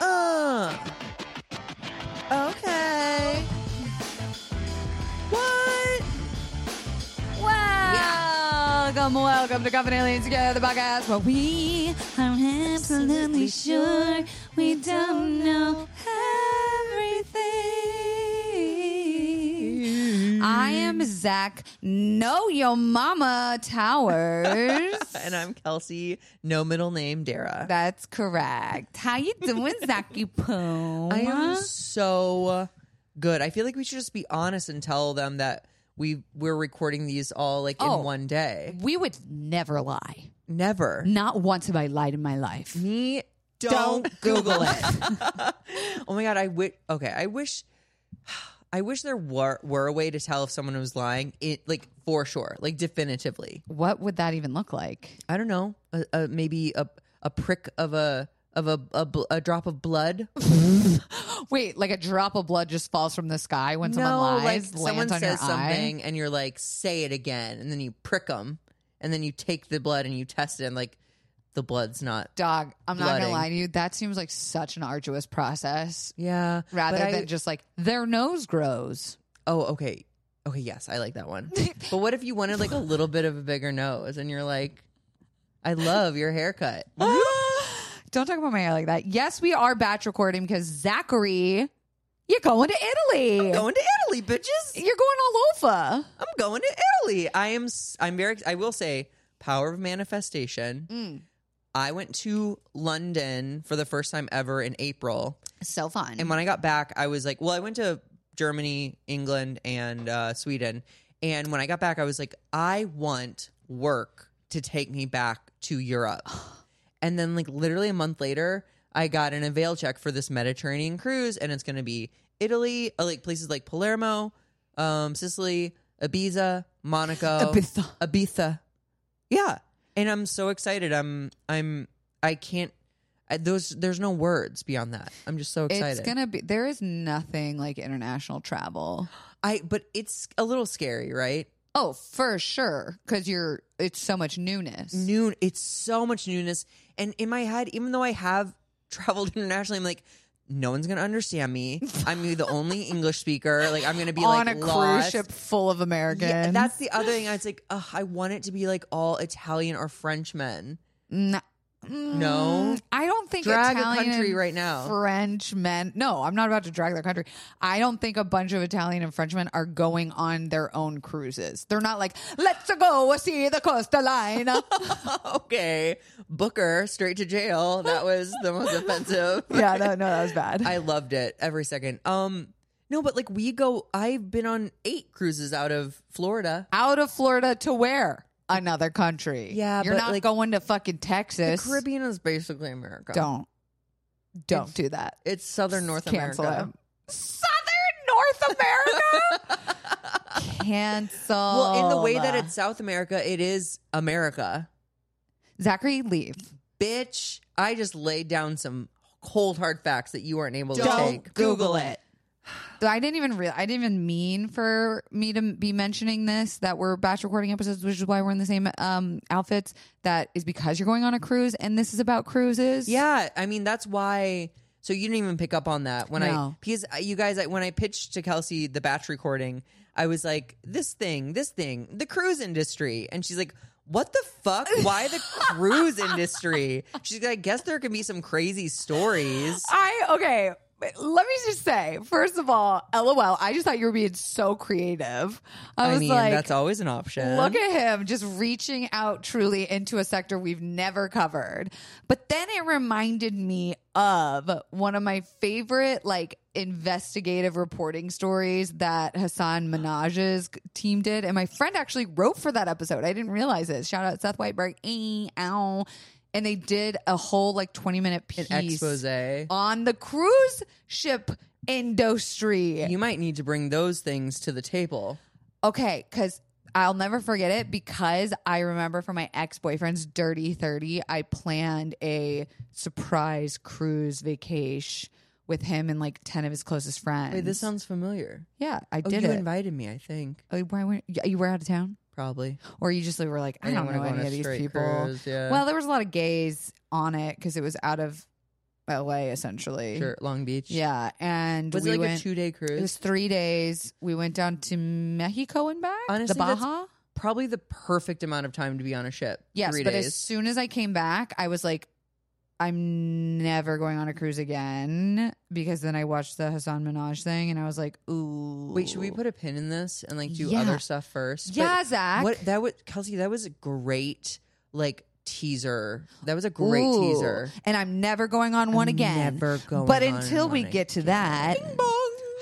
Uh. welcome, welcome to Coven Aliens Together, the podcast where we are absolutely sure we don't know everything. I am Zach Know Your Mama Towers. and I'm Kelsey, no middle name, Dara. That's correct. How you doing, Zachy Poom? I am so good. I feel like we should just be honest and tell them that we we're recording these all like Oh. in one day. We would never lie. Never. Not once have I lied in my life. Me don't, Don't Google it. Oh my god, I wish okay, I wish I wish there were were a way to tell if someone was lying. It like for sure, like definitively. what would that even look like? I don't know. A, a, maybe a a prick of a of a, a, bl- a drop of blood. Wait, like a drop of blood just falls from the sky when someone lies, lands someone on says your eye. something and you're like, say it again, and then you prick them, and then you take the blood and you test it, and like the blood's not. Dog, I'm not gonna Blooding. lie to you. That seems like such an arduous process, Yeah, rather but I- than just like their nose grows. oh, okay, okay, yes, I like that one. but what if you wanted like a little bit of a bigger nose, and you're like, I love your haircut. Don't talk about my hair like that. Yes, we are batch recording because Zachary, you're going to Italy. going to Italy, bitches. you're going all over. I'm going to Italy. I am. s- I'm very. I will say, power of manifestation. I went to London for the first time ever in April. So fun. And when I got back, I was like, well, I went to Germany, England, and uh, Sweden. And when I got back, I was like, I want work to take me back to Europe. and then, like, literally a month later, I got an avail check for this Mediterranean cruise, and it's going to be Italy, uh, like places like Palermo, um, Sicily, Ibiza, Monaco, Ibiza. Ibiza. Yeah, and I'm so excited. I'm, I'm, I can't. I, those, there's no words beyond that. I'm just so excited. it's gonna be. There is nothing like international travel. I but it's a little scary, right? Oh, for sure, because you're. It's so much newness. Noon. It's so much newness, and in my head, even though I have traveled internationally, I'm like, no one's gonna understand me. I'm the only English speaker. Like I'm gonna be on like a lost. cruise ship full of Americans. Yeah, that's the other thing. I was like, ugh, I want it to be like all Italian or Frenchmen. N- Mm, No. I don't think Drag a Italian country and right now. French men. No, I'm not about to drag their country. I don't think a bunch of Italian and Frenchmen are going on their own cruises. They're not like, let's go see the Costa Line. okay, Booker straight to jail. That was the most offensive. yeah, no, no, that was bad. I loved it every second. Um, no, but like we go. I've been on eight cruises out of Florida. Out of Florida to where? Another country. Yeah, you're but, not like, going to fucking Texas. Caribbean is basically America. Don't, don't do that. It's southern North Cancel America. it. Southern North America. Cancel. Well, in the way that it's South America, it is America. Zachary, leave. Bitch, I just laid down some cold hard facts that you weren't able to Don't take. Google it. Though I didn't even real. I didn't even mean for me to be mentioning this that we're batch recording episodes, which is why we're in the same um, outfits. That is because you're going on a cruise, and this is about cruises. Yeah, I mean that's why. So you didn't even pick up on that when I No. because uh, you guys I, when I pitched to Kelsey the batch recording, I was like this thing, this thing, the cruise industry, and she's like. What the fuck? Why the cruise industry? She's like, I guess there can be some crazy stories. I okay. Let me just say, first of all, lol. I just thought you were being so creative. I, I, was mean, like, that's always an option. Look at him just reaching out truly into a sector we've never covered. But then it reminded me of one of my favorite like investigative reporting stories that Hassan Minaj's team did. And my friend actually wrote for that episode. I didn't realize it. Shout out Seth Whiteberg. Eh, ow. And they did a whole like 20 minute piece expose. on the cruise ship industry. You might need to bring those things to the table. Okay, because I'll never forget it because I remember for my ex boyfriend's dirty 30, I planned a surprise cruise vacation with him and like 10 of his closest friends. Wait, this sounds familiar. Yeah, I Oh, did you it. invited me, I think. Oh, why weren't, you you were out of town? Probably. Or you just like, were like, I, didn't don't wanna know go on any a of these straight people. cruise, yeah. Well, there was a lot of gays on it because it was out of LA essentially. Sure, Long Beach. Yeah. And Was we it like went, a two day it cruise? was three days. We went down to Mexico and back. Honestly, the that's Baja. probably the perfect amount of time to be on a ship. Yes, three but days. as soon as I came back, I was like, I'm never going on a cruise again because then I watched the Hassan Minaj thing and I was like, ooh. Wait, should we put a pin in this and like do Yeah. other stuff first? But Yeah, Zach. What that was, Kelsey? That was a great like teaser. That was a great Ooh. teaser. And I'm never going on one I'm again. never going But on until we one get to that,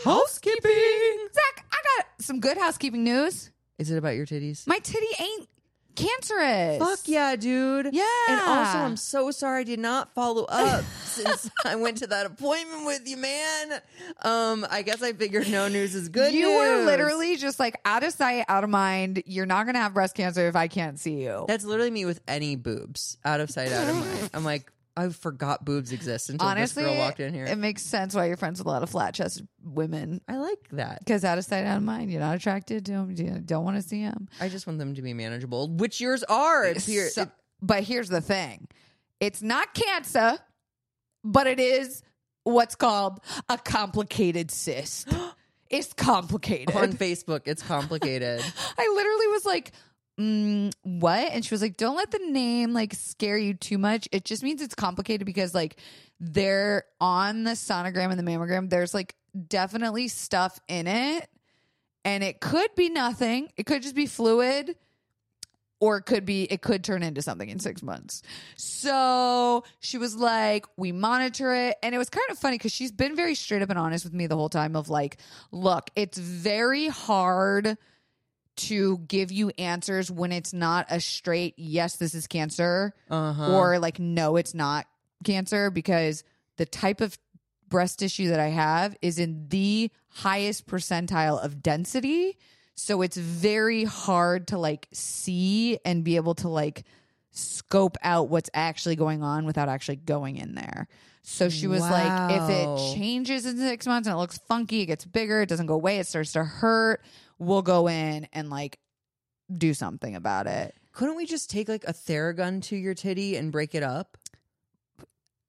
Housekeeping. Zach, I got some good housekeeping news. Is it about your titties? My titty ain't cancerous. Fuck yeah, dude. Yeah. And also, I'm so sorry I did not follow up since I went to that appointment with you, man. Um, I guess I figured no news is good. you were news. literally just like out of sight, out of mind. You're not gonna have breast cancer if I can't see you. That's literally me with any boobs out of sight, out of mind. I'm like, I forgot boobs exist until Honestly, this girl walked in here. it makes sense why you're friends with a lot of flat chested women. I like that. Because out of sight, out of mind. You're not attracted to them. You don't want to see them. I just want them to be manageable, which yours are. It appear- So- it- but here's the thing it's not cancer, but it is what's called a complicated cyst. it's complicated. on Facebook, it's complicated. I literally was like, mm, what? And she was like, don't let the name like scare you too much. It just means it's complicated because like they're on the sonogram and the mammogram, there's like definitely stuff in it. And it could be nothing. It could just be fluid. Or it could be, it could turn into something in six months. So she was like, we monitor it. And it was kind of funny because she's been very straight up and honest with me the whole time of like, look, it's very hard to give you answers when it's not a straight yes this is cancer Uh huh. or like no it's not cancer because the type of breast tissue that i have is in the highest percentile of density so it's very hard to like see and be able to like scope out what's actually going on without actually going in there so she was like if Wow. it changes in six months and it looks funky it gets bigger it doesn't go away it starts to hurt we'll go in and like do something about it couldn't we just take like a Theragun to your titty and break it up?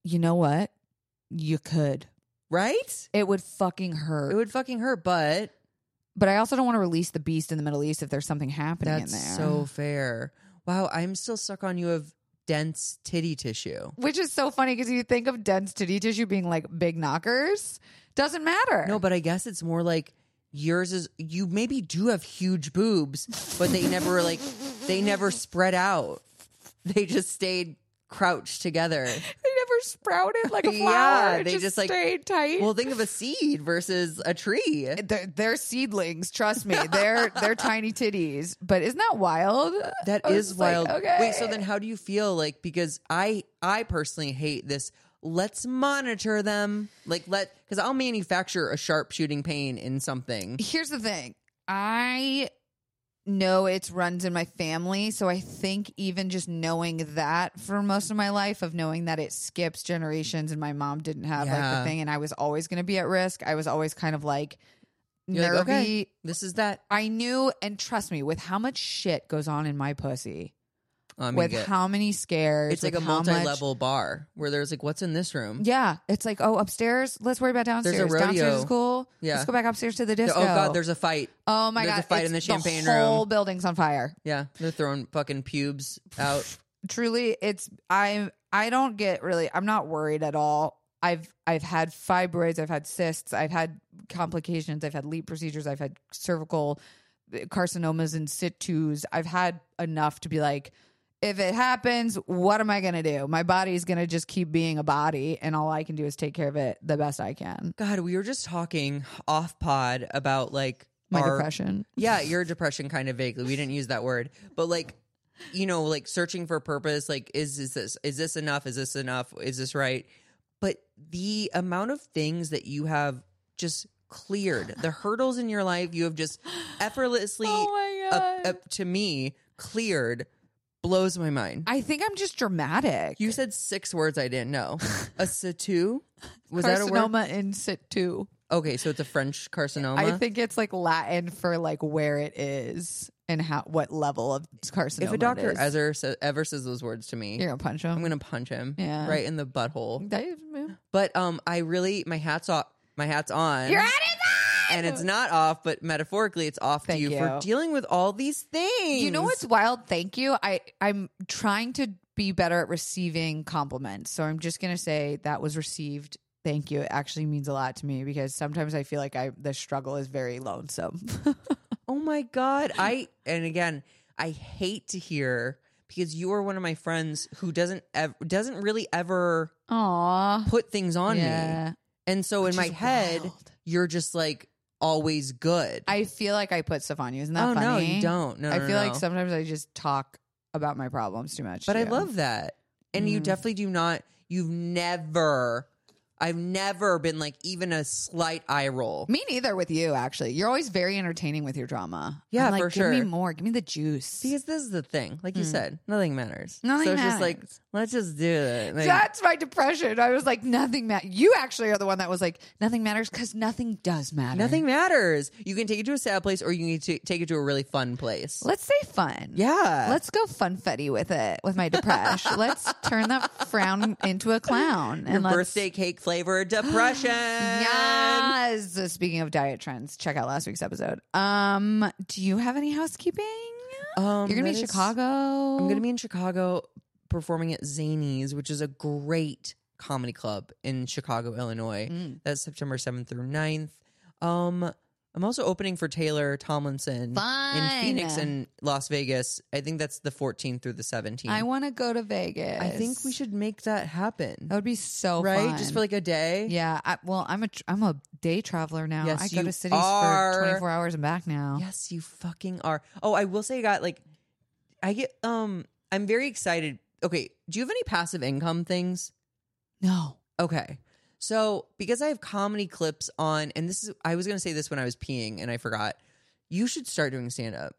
you know what you could Right? It would fucking It hurt. would fucking hurt, but but I also don't want to release the beast in the Middle East if there's something happening that's in there. so fair. Wow, I'm still stuck on you of dense titty tissue. which is so funny because you think of dense titty tissue being like big knockers. Doesn't matter. No, but I guess it's more like yours is you maybe do have huge boobs, but they never like they never spread out. They just stayed crouched together. they never sprouted like a Yeah, flower. It they just, like- stayed tight. Well, think of a seed versus a tree. they're, they're seedlings. Trust me, they're they're tiny titties. But isn't that wild? That I was is just like, wild. okay. Wait, so then how do you feel like because I I personally hate this let's monitor them. Like let cuz I'll manufacture a sharp shooting pain in something. here's the thing i know it's runs in my family so i think even just knowing that for most of my life of knowing that it skips generations and my mom didn't have like Yeah. the thing and i was always going to be at risk i was always kind of like You're nervy like, okay. This is that i knew and trust me with how much shit goes on in my pussy Oh, I mean, with get- how many scares it's like a with how much- multi-level bar where there's like what's in this room? yeah it's like oh upstairs let's worry about downstairs downstairs rodeo. is cool Yeah. let's go back upstairs to the Oh disco god, there's a fight. Oh my There's god! a fight it's in the champagne whole room. building's on fire. Yeah, they're throwing fucking pubes out. Truly, it's I. I don't get really. I'm not worried at all. I've I've had fibroids. I've had cysts. I've had complications. I've had leap procedures. I've had cervical eh, carcinomas and situs. I've had enough to be like, if it happens, what am I gonna do? My body's gonna just keep being a body, and all I can do is take care of it the best I can. God, we were just talking off pod about like My our depression. Yeah, your depression kind of vaguely. We didn't use that word, but like, you know, like searching for purpose. Like, is is this is this enough? Is this enough? Is this right? But the amount of things that you have just cleared, the hurdles in your life, you have just effortlessly, Oh my up, up to me, cleared, blows my mind. I think I'm just dramatic. you said six words I didn't know. A situ was that a word? carcinoma in situ. Okay, so it's a French carcinoma. I think it's like Latin for like where it is and how what level of carcinoma. if a doctor it is. ever sa- ever says those words to me, you're gonna punch him. I'm gonna punch him Yeah. right in the butthole. That is- yeah. But um, I really my hats off. My hat's on. You're out of and it's not off, but metaphorically, it's off Thank to you, for you. dealing with all these things. You know what's wild? Thank you. I I'm trying to be better at receiving compliments. So I'm just going to say that was received. Thank you. It actually means a lot to me because sometimes I feel like I the struggle is very lonesome. Oh my god! I and again, I hate to hear because you are one of my friends who doesn't ev- doesn't really ever Aw. put things on me, yeah. and so Which Oh, in my is head, wild. you're just like always good. I feel like I put stuff on you. Isn't that oh funny? no, you don't. No, I no, feel like no. sometimes I just talk about my problems too much. But to I you. love that, and you Mm. definitely do not. You've never. I've never been like even a slight eye roll. me neither with you. Actually, you're always very entertaining with your drama. Yeah, I'm like, for give me sure. more. Give me the juice. Because this is the thing, like you Mm. said, nothing matters. Nothing so it's just like matters. let's just do it. Like, That's my depression. I was like, nothing matters. You actually are the one that was like, nothing matters because nothing does matter. Nothing matters. You can take it to a sad place or you can t- take it to a really fun place. Let's say fun. Yeah. Let's go funfetti with it with my depression. let's turn that frown into a clown. Your and let's, birthday cake flavor depression. yeah. Yes. Speaking of diet trends, check out last week's episode. Um, do you have any housekeeping? Um, You're gonna be in that is- Chicago. I'm going to be in Chicago performing at Zanies, which is a great comedy club in Chicago, Illinois. Mm. That's September 7th through 9th. Um, I'm also opening for Taylor Tomlinson in Fun. Phoenix and Las Vegas. I think that's the 14th through the 17th. I want to go to Vegas. I think we should make that happen. That would be so right? fun. Just for like a day. Yeah. I, well, I'm a tr- I'm a day traveler now. Yes, I go you to cities are. for 24 hours and back now. Yes, you fucking are. Oh, I will say, I got like, I get, um, I'm very excited. Okay. Do you have any passive income things? No. Okay. So, because I have comedy clips on, and this is, I was going to say this when I was peeing and I forgot. You should start doing stand up.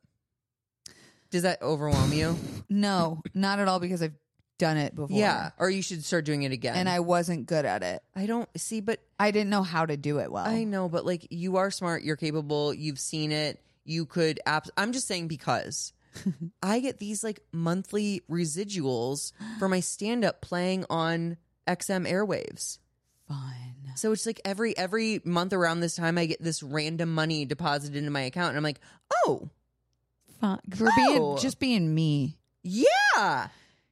Does that overwhelm you? No, not at all because I've done it before. yeah. Or you should start doing it again. And I wasn't good at it. I don't see, but I didn't know how to do it well. I know, but like you are smart, you're capable, you've seen it, you could abs- I'm just saying because I get these like monthly residuals for my stand up playing on XM airwaves. Fun. So it's like every every month around this time I get this random money deposited into my account and I'm like, "Oh, Fun. For Oh. being just being me. yeah."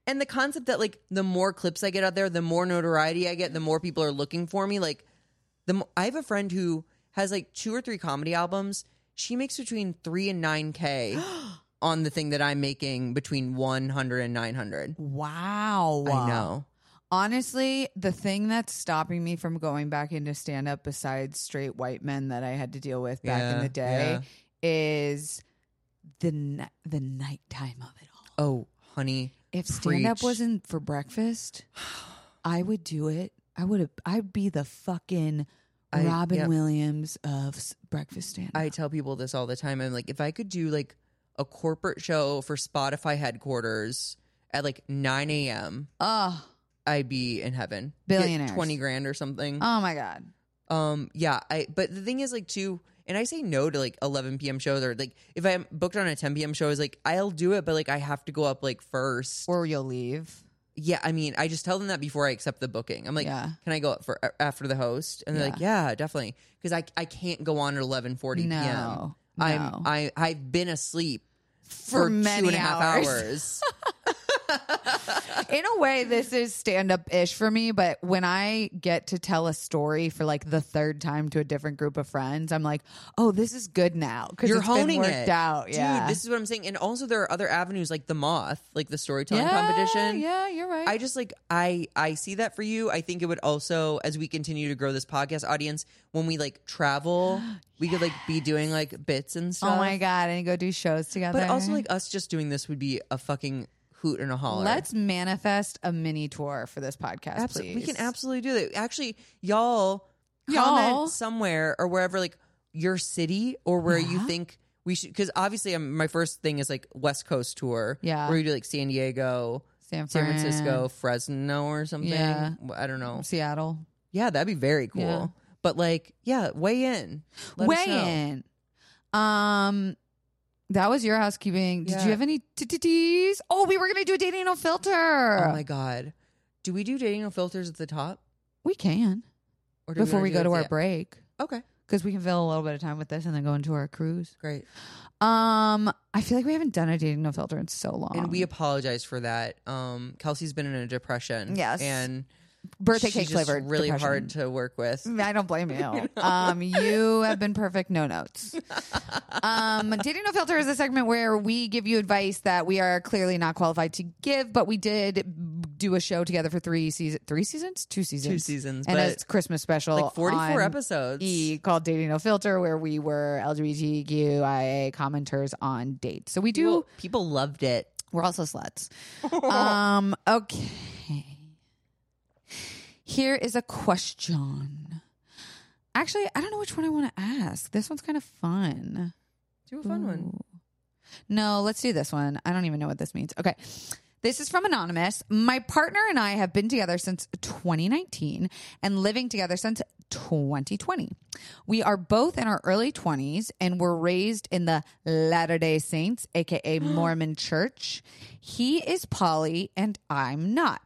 And the concept that like the more clips I get out there, the more notoriety I get, the more people are looking for me, like the mo- I have a friend who has like two or three comedy albums. She makes between three and nine k on the thing that I'm making between one hundred and nine hundred. Wow. I know. Honestly, the thing that's stopping me from going back into stand up besides straight white men that I had to deal with back Yeah, in the day is the ni- the nighttime of it all. Oh, honey, If stand up Preach. wasn't for breakfast, I would do it. I would have. I'd be the fucking I- Robin yep. Williams of s- breakfast stand up. I tell people this all the time. I'm like, if I could do like a corporate show for Spotify headquarters at like nine a.m., Oh, I'd be in heaven. Get Billionaires. twenty grand or something. oh my god. Um, yeah, I but the thing is like too, and I say no to like 11 p.m. shows or like if I'm booked on a 10 p.m. show, is like I'll do it, but like I have to go up like first. Or you'll leave. yeah, I mean, I just tell them that before I accept the booking. I'm like, Yeah. can I go up for after the host? And they're like, yeah, definitely, because I I can't go on at 11:40 p.m. No, no. I'm I I've been asleep For, many two and a half hours. hours. In a way, this is stand up ish for me. But when I get to tell a story for like the third time to a different group of friends, I'm like, oh, this is good now because You're it's honing been worked it. out. Yeah, Dude, this is what I'm saying. And also, there are other avenues like the moth, like the storytelling yeah, competition. Yeah, you're right. I just like I I see that for you. I think it would also as we continue to grow this podcast audience when we like travel, we could like be doing like bits and stuff. oh my god, and go do shows together. But also like us just doing this would be a fucking hoot and a holler. Let's manifest a mini tour for this podcast, absolutely we please. can absolutely do that. Actually, y'all Y'all. comment somewhere or wherever like your city or where you Yeah. think we should because obviously I'm, my first thing is like West Coast tour. Yeah. Where you do like San Diego, San, San Fran, Francisco, Fresno or something. Yeah. I don't know. Seattle. Yeah, that'd be very cool. Yeah. But like, yeah, weigh in. Let us Weigh know. in. Um, that was your housekeeping. Did Yeah. you have any t's? Oh, we were gonna do a dating no filter. Oh my god, do we do dating no filters at the top we can or do before wanna we do go it to at our the- break Okay, because we can fill a little bit of time with this and then go into our cruise. Great. Um, I feel like we haven't done a dating no filter in so long. And we apologize for that. Um, Kelsey's been in a depression. Yes. And birthday she's cake just flavored really depression. Mm. hard to work with. I don't blame you. Um, you have been perfect. No notes. Um, Dating No Filter is a segment where we give you advice that we are clearly not qualified to give, but we did do a show together for three seasons. Three seasons? Two seasons. Two seasons, And but a Christmas special. Like 44 on episodes. E called Dating No Filter, where we were LGBTQIA commenters on dates. So we do. People, people loved it. We're also sluts. um, okay. Here is a question. Actually, I don't know which one I want to ask. This one's kind of fun. Do a fun one. No, let's do this one. I don't even know what this means. Okay. This is from Anonymous. My partner and I have been together since 2019 and living together since 2020. We are both in our early 20s and were raised in the Latter day Saints, AKA Mormon Church. He is poly and I'm not.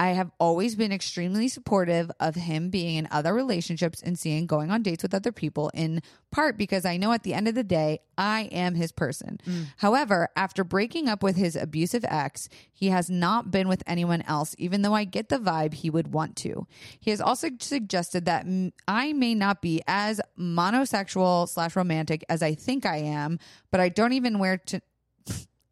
I have always been extremely supportive of him being in other relationships and seeing going on dates with other people, in part because I know at the end of the day, I am his person. However, after breaking up with his abusive ex, he has not been with anyone else, even though I get the vibe he would want to. He has also suggested that mm, I may not be as monosexual slash romantic as I think I am, but I don't even wear to.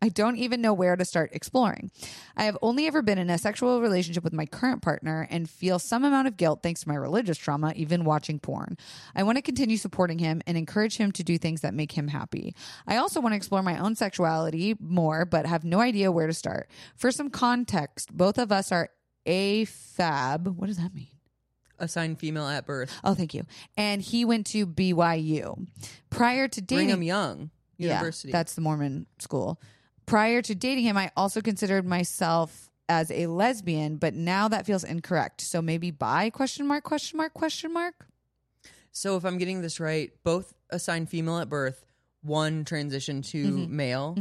I don't even know where to start exploring. I have only ever been in a sexual relationship with my current partner and feel some amount of guilt thanks to my religious trauma, even watching porn. I want to continue supporting him and encourage him to do things that make him happy. I also want to explore my own sexuality more, but have no idea where to start. For some context, both of us are AFAB. What does that mean? Assigned female at birth. Oh, thank you. And he went to BYU. Prior to dating, Brigham Young University. yeah, that's the Mormon school. Prior to dating him, I also considered myself as a lesbian, but now that feels incorrect. So maybe bi question mark question mark question mark. so if I'm getting this right, both assigned female at birth, one transitioned to Mm-hmm. male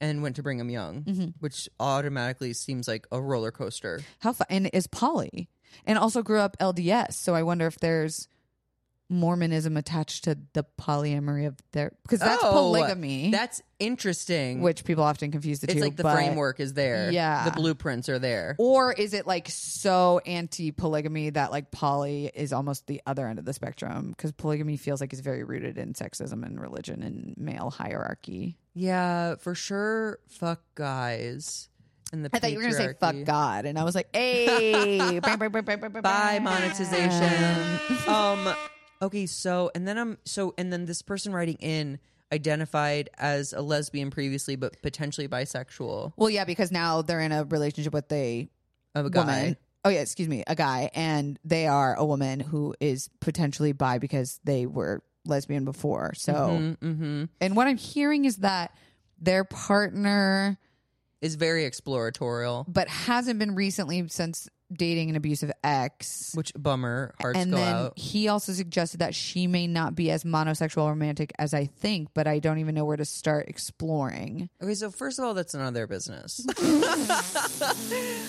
and went to Brigham Young, which automatically seems like a roller coaster. How fun and is poly and also grew up LDS. So I wonder if there's Mormonism attached to the polyamory of their because that's Oh, polygamy, That's interesting. which people often confuse Eh. the it's two. like the but- framework is there. Yeah. The blueprints are there. Or is it like so anti polygamy that like poly is almost the other end of the spectrum? Because polygamy feels like it's very rooted in sexism and religion and male hierarchy. Yeah, for sure. Fuck guys. And the I thought you were going to say fuck patriarchy. God. And I was like, hey, bye, bye, bye, bye, bye, Bye bye, bye. monetization. um okay, so and then I'm so and then this person writing in identified as a lesbian previously but potentially bisexual Well, yeah, because now they're in a relationship with a of a guy. woman. Oh, yeah, excuse me, a guy. And they are a woman who is potentially bi because they were lesbian before. So, Mm-hmm. and what I'm hearing is that their partner. Is very exploratorial, but hasn't been recently since dating an abusive ex. which bummer. Hearts And go then out. he also suggested that she may not be as monosexual romantic as I think, but I don't even know where to start exploring. Okay, so first of all, that's none of their business.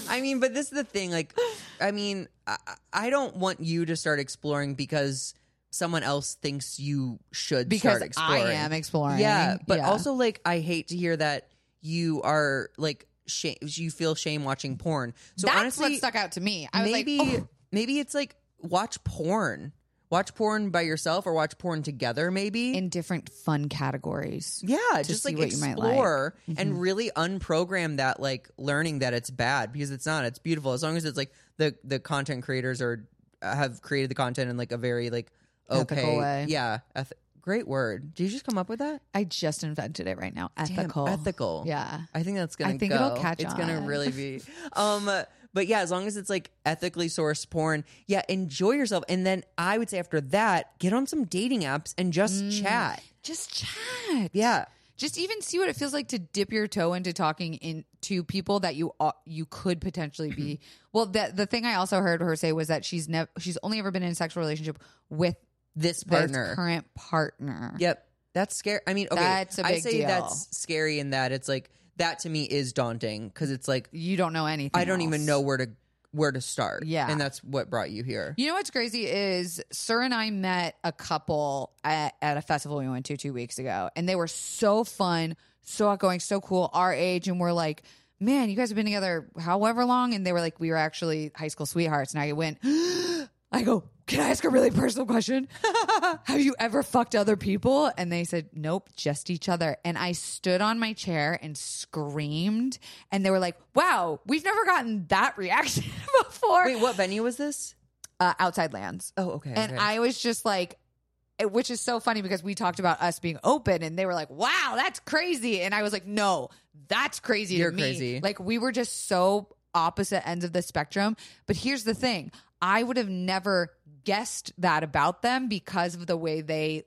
I mean, but this is the thing. Like, I mean, I, I don't want you to start exploring because someone else thinks you should Because start exploring. I am exploring. Yeah, but also like I hate to hear that you are like shame. You feel shame watching porn. So that's honestly, what stuck out to me. I was maybe like, oh, maybe it's like watch porn, watch porn by yourself or watch porn together. Maybe in different fun categories. yeah, just see like what you might like. Mm-hmm. explore and really unprogram that like learning that it's bad because it's not. It's beautiful as long as it's like the the content creators are have created the content in like a very like okay Ethical way. yeah eth- great word. Did you just come up with that? I just invented it right now. Damn, Ethical. ethical. Yeah. I think that's gonna. I think go. it'll catch It's gonna on. really be. Um, but yeah, as long as it's like ethically sourced porn, yeah, enjoy yourself. And then I would say after that, get on some dating apps and just Mm. chat. Just chat. Yeah, just even see what it feels like to dip your toe into talking in to people that you au- you could potentially be. well, the the thing I also heard her say was that she's never she's only ever been in a sexual relationship with this their partner. current partner. Yep, that's scary. I mean, okay, That's a I big say deal. that's scary in that it's like that to me is daunting because it's like You don't know anything. I don't even else. know where to where to start. Yeah. And that's what brought you here. You know what's crazy is Sir and I met a couple at, at a festival we went to two weeks ago, and they were so fun, so outgoing, so cool, our age, and we're like, man, you guys have been together however long, and they were like, we were actually high school sweethearts, and I went, I go, can I ask a really personal question? have you ever fucked other people? And they said, nope, just each other. And I stood on my chair and screamed, and they were like, wow, we've never gotten that reaction before Wait, what venue was this? uh, outside lands. Oh, okay. And I was just like, it- which is so funny because we talked about us being open and they were like, wow, that's crazy. And I was like, no, that's crazy You're to me. crazy. Like we were just so opposite ends of the spectrum. But here's the thing. I would have never guessed that about them because of the way they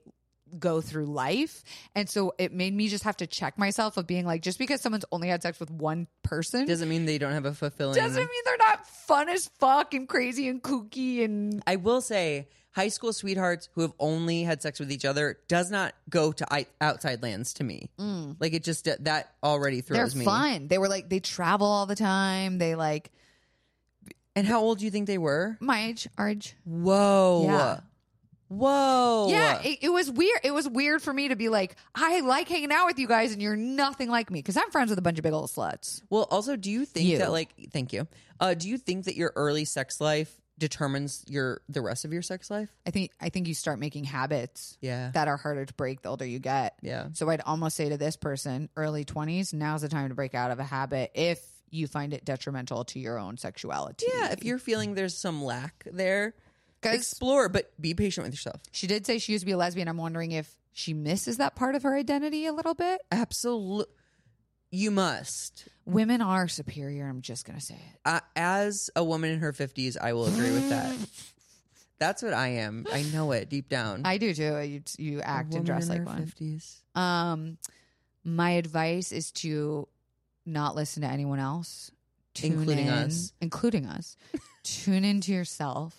go through life. And so it made me just have to check myself of being like, just because someone's only had sex with one person doesn't mean they don't have a fulfilling. doesn't mean they're not fun as fuck and crazy and kooky and I will say, high school sweethearts who have only had sex with each other does not go to I- outside lands to me. Like it just that already Mm. They're throws me. fun. They were like they travel all the time. They like And how old do you think they were? my age, our age. Whoa. Yeah. Whoa. Yeah, it, it was weird. It was weird for me to be like, I like hanging out with you guys, and you're nothing like me because I'm friends with a bunch of big old sluts. Well, also, do you think You. that like thank you? Uh, do you think that your early sex life determines your the rest of your sex life? I think I think you start making habits Yeah. that are harder to break the older you get. yeah. So I'd almost say to this person, early 20s, now's the time to break out of a habit if you find it detrimental to your own sexuality. Yeah. If you're feeling there's some lack there, 'Cause explore, but be patient with yourself. she did say she used to be a lesbian. I'm wondering if she misses that part of her identity a little bit. Absolutely. You must. Women are superior. I'm just gonna say it. I Uh, as a woman in her 50s, I will agree with that. That's what I am. I know it deep down. I do too. You, you A act woman and dress in like her one. 50s. Um, my advice is to not listen to anyone else, Tune Including in- us. including us. Tune into yourself.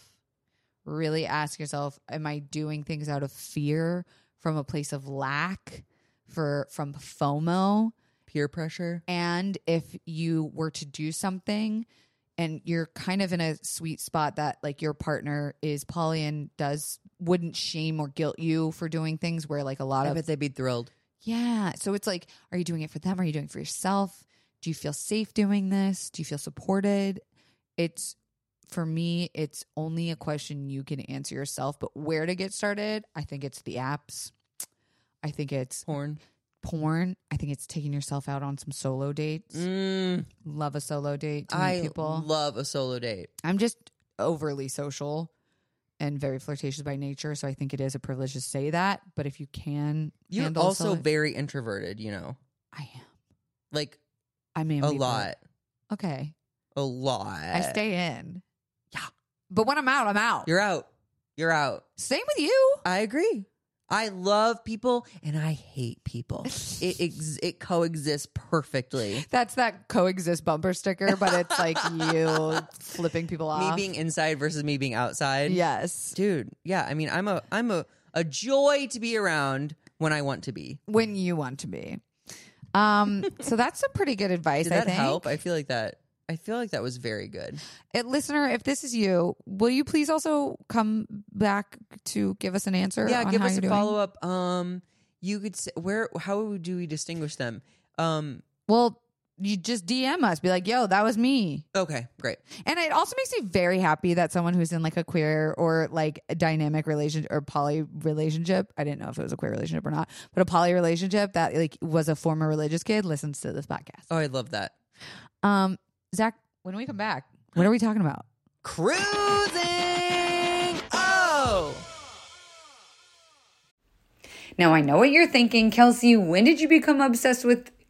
Really ask yourself: Am I doing things out of fear, from a place of lack, for from FOMO? Peer pressure. and if you were to do something and you're kind of in a sweet spot that like your partner is poly and does wouldn't shame or guilt you for doing things where like a lot I of bet they'd be thrilled. yeah so it's like are you doing it for them are you doing it for yourself do you feel safe doing this do you feel supported it's for me it's only a question you can answer yourself but where to get started i think it's the apps i think it's Porn. porn i think it's taking yourself out on some solo dates Mm, love a solo date to meet I people. love a solo date. I'm just overly social and very flirtatious by nature, so I think it is a privilege to say that. But if you can, You're handle also solo- very introverted, you know? I am. Like I'm a ambivert. lot. Okay, A lot. I stay in. yeah. but when I'm out, I'm out. You're out. You're out. Same with you. I agree. I love people and I hate people. it ex- it coexists perfectly. That's that coexist bumper sticker, but it's like you flipping people me off. being inside versus me being outside. yes. Dude, yeah, I mean I'm a I'm a, a joy to be around when I want to be. When you want to be. Um, so that's some pretty good advice. Did I that think. help? I feel like that I feel like that was very good. Uh, listener, if this is you, will you please also come back to give us an answer? yeah, on give how us you're a doing? follow up. Um you could say, where how do we distinguish them? Um Well, you just DM us, be like, "Yo, that was me," okay, great. and it also makes me very happy that someone who's in like a queer or like a dynamic relationship or poly relationship. I didn't know if it was a queer relationship or not, but a poly relationship that like was a former religious kid listens to this podcast. Oh, I love that. Um, Zach, when we come back, what are we talking about? Cruising. Oh. Now, I know what you're thinking, Kelsey. When did you become obsessed with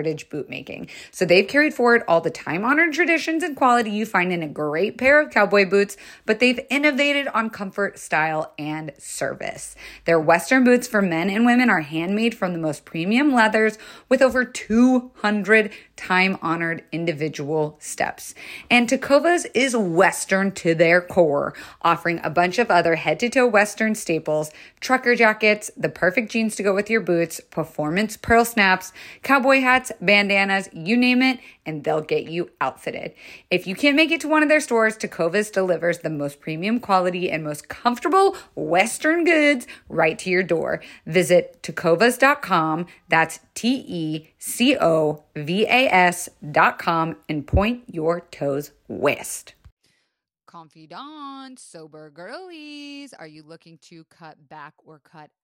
heritage bootmaking. So they've carried forward all the time honored traditions and quality you find in a great pair of cowboy boots, but they've innovated on comfort, style, and service. Their Western boots for men and women are handmade from the most premium leathers with over 200 time honored individual steps. And Takova's is Western to their core, offering a bunch of other head to toe Western staples, trucker jackets, the perfect jeans to go with your boots, performance pearl snaps, cowboy hats, bandanas, you name it, and they'll get you outfitted. If you can't make it to one of their stores, Takovas delivers the most premium quality and most comfortable Western goods right to your door. Visit tacovas.com. That's T E C O V A S dot com and point your toes west. Confidant, sober girlies, are you looking to cut back or cut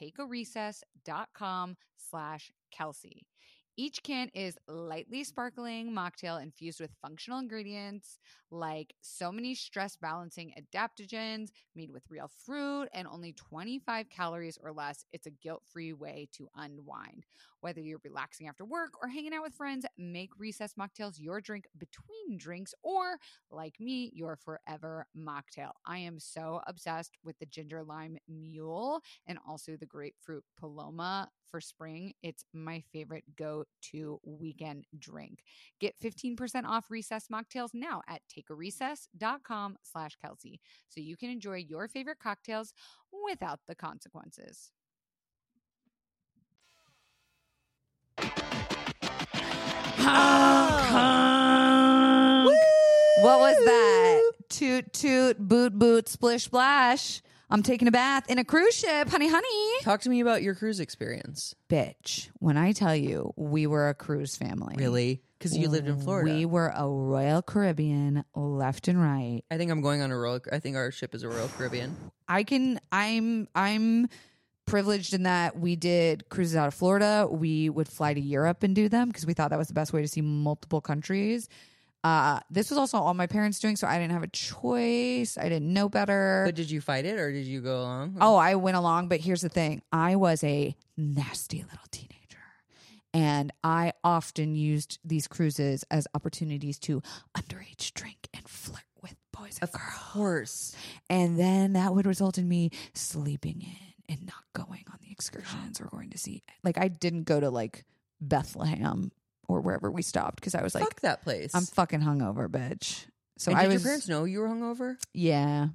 takearecess.com slash Kelsey. Each can is lightly sparkling mocktail infused with functional ingredients like so many stress balancing adaptogens made with real fruit and only 25 calories or less. It's a guilt free way to unwind. Whether you're relaxing after work or hanging out with friends, make recess mocktails your drink between drinks or, like me, your forever mocktail. I am so obsessed with the ginger lime mule and also the grapefruit paloma for spring. It's my favorite go to weekend drink. Get 15% off recess mocktails now at takearecess.com slash Kelsey so you can enjoy your favorite cocktails without the consequences. What was that? Toot toot boot boot splish splash. I'm taking a bath in a cruise ship, honey honey. Talk to me about your cruise experience. Bitch, when I tell you we were a cruise family. Really? Because you lived in Florida. We were a Royal Caribbean left and right. I think I'm going on a Royal. I think our ship is a Royal Caribbean. I can I'm I'm privileged in that we did cruises out of Florida. We would fly to Europe and do them because we thought that was the best way to see multiple countries. Uh, this was also all my parents doing, so I didn't have a choice. I didn't know better. But did you fight it or did you go along? Oh, I went along, but here's the thing. I was a nasty little teenager. And I often used these cruises as opportunities to underage drink and flirt with boys and of girls. course. And then that would result in me sleeping in and not going on the excursions or going to see. Like, I didn't go to like Bethlehem or wherever we stopped because I was like, Fuck that place. I'm fucking hungover, bitch. So And I did was, your parents know you were hungover? yeah,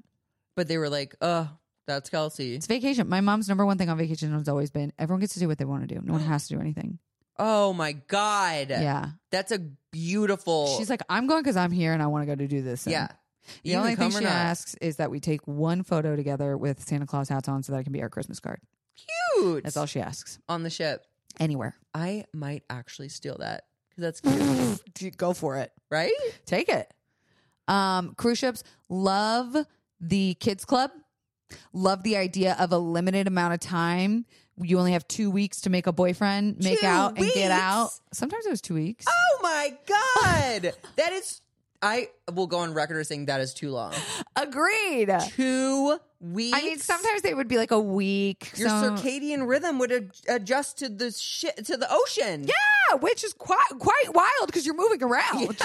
But they were like, "Uh, that's Kelsey." it's vacation. My mom's number one thing on vacation has always been everyone gets to do what they want to do. No one has to do anything. Oh my god. Yeah, That's a beautiful. she's like, I'm going because I'm here and I want to go to do this. thing." yeah. The You only can thing come or she not. asks is that we take one photo together with Santa Claus hats on so that it can be our Christmas card. Cute. That's all she asks. on the ship. Anywhere. I might actually steal that because that's cute, Go for it. right? Take it. Um, cruise ships love the kids club. Love the idea of a limited amount of time. You only have two weeks to make a boyfriend, make Two out, and get out. weeks? Sometimes it was two weeks. Oh my god, that is. I will go on record as saying that is too long. Agreed. Two weeks. I mean, sometimes they would be like a week. your some- circadian rhythm would ad- adjust to the shit to the ocean. Yeah. Yeah, which is quite quite wild because you're moving around.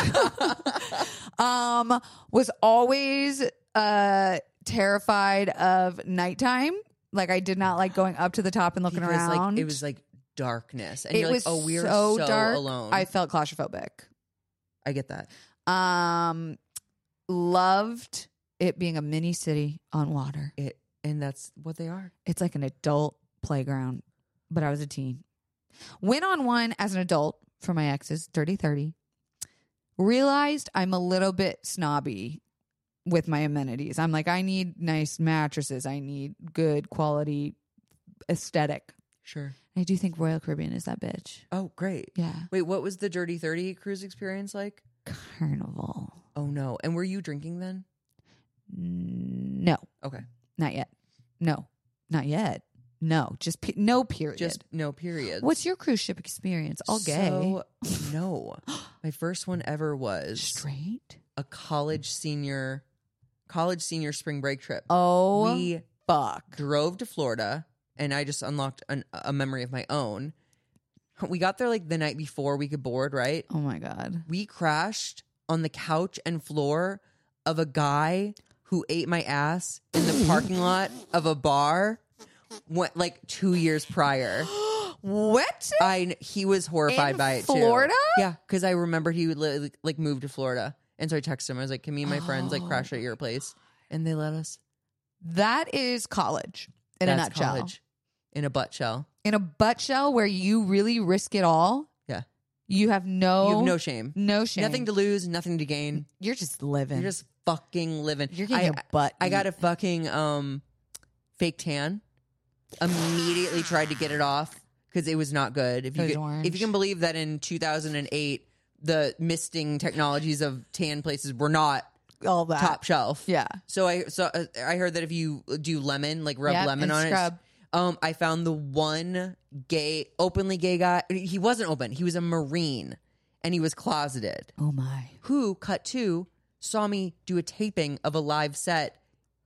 um, was always uh terrified of nighttime. Like I did not like going up to the top and looking around. like it was like darkness, and It you're like, was oh, we're so so, dark, alone. I I, felt claustrophobic. get that. Um, loved it being a mini city on water. It and that's what they are. It's like an adult playground, but I was a teen. Went on one as an adult for my exes, Dirty 30. Realized I'm a little bit snobby with my amenities. I'm like, I need nice mattresses. I need good quality aesthetic. Sure. I do think Royal Caribbean is that bitch. Oh, great. Yeah. Wait, what was the Dirty 30 cruise experience like? Carnival. Oh, no. And were you drinking then? No, Okay. not yet. No, not yet. No, just pe- no period. Just no periods. What's your cruise ship experience? All gay. So, no. My first one ever was Straight? a college senior college senior spring break trip. Oh, we fuck. drove to Florida and I just unlocked an, a memory of my own. We got there like the night before we could board, right? Oh my God. We crashed on the couch and floor of a guy who ate my ass in the parking lot of a bar what, like 2 years prior. What? I kn- he was horrified In by it too. Florida? Yeah, because I remember he would li- like moved to Florida, and so I texted him. I was like, "Can me and my friends like crash at your place?" And they let us. That is college in a That's nutshell. college. in a butt shell. In a butt shell where you really risk it all. Yeah. You have no, You have no shame. no shame. nothing to lose, nothing to gain. You're just living. You're just fucking living. You're I, getting your butt. I got eat. a fucking um fake tan. Immediately tried to get it off because it was not good. If It you was could- orange. if you can believe that in 2008 the misting technologies of tan places were not all that. top shelf. Yeah. So I so uh, I heard that if you uh, do lemon, like rub Yep, lemon and on scrub. it. Um, I found the one gay, openly gay guy. He wasn't open. He was a marine, and he was closeted. Oh my. Who cut two saw me do a taping of a live set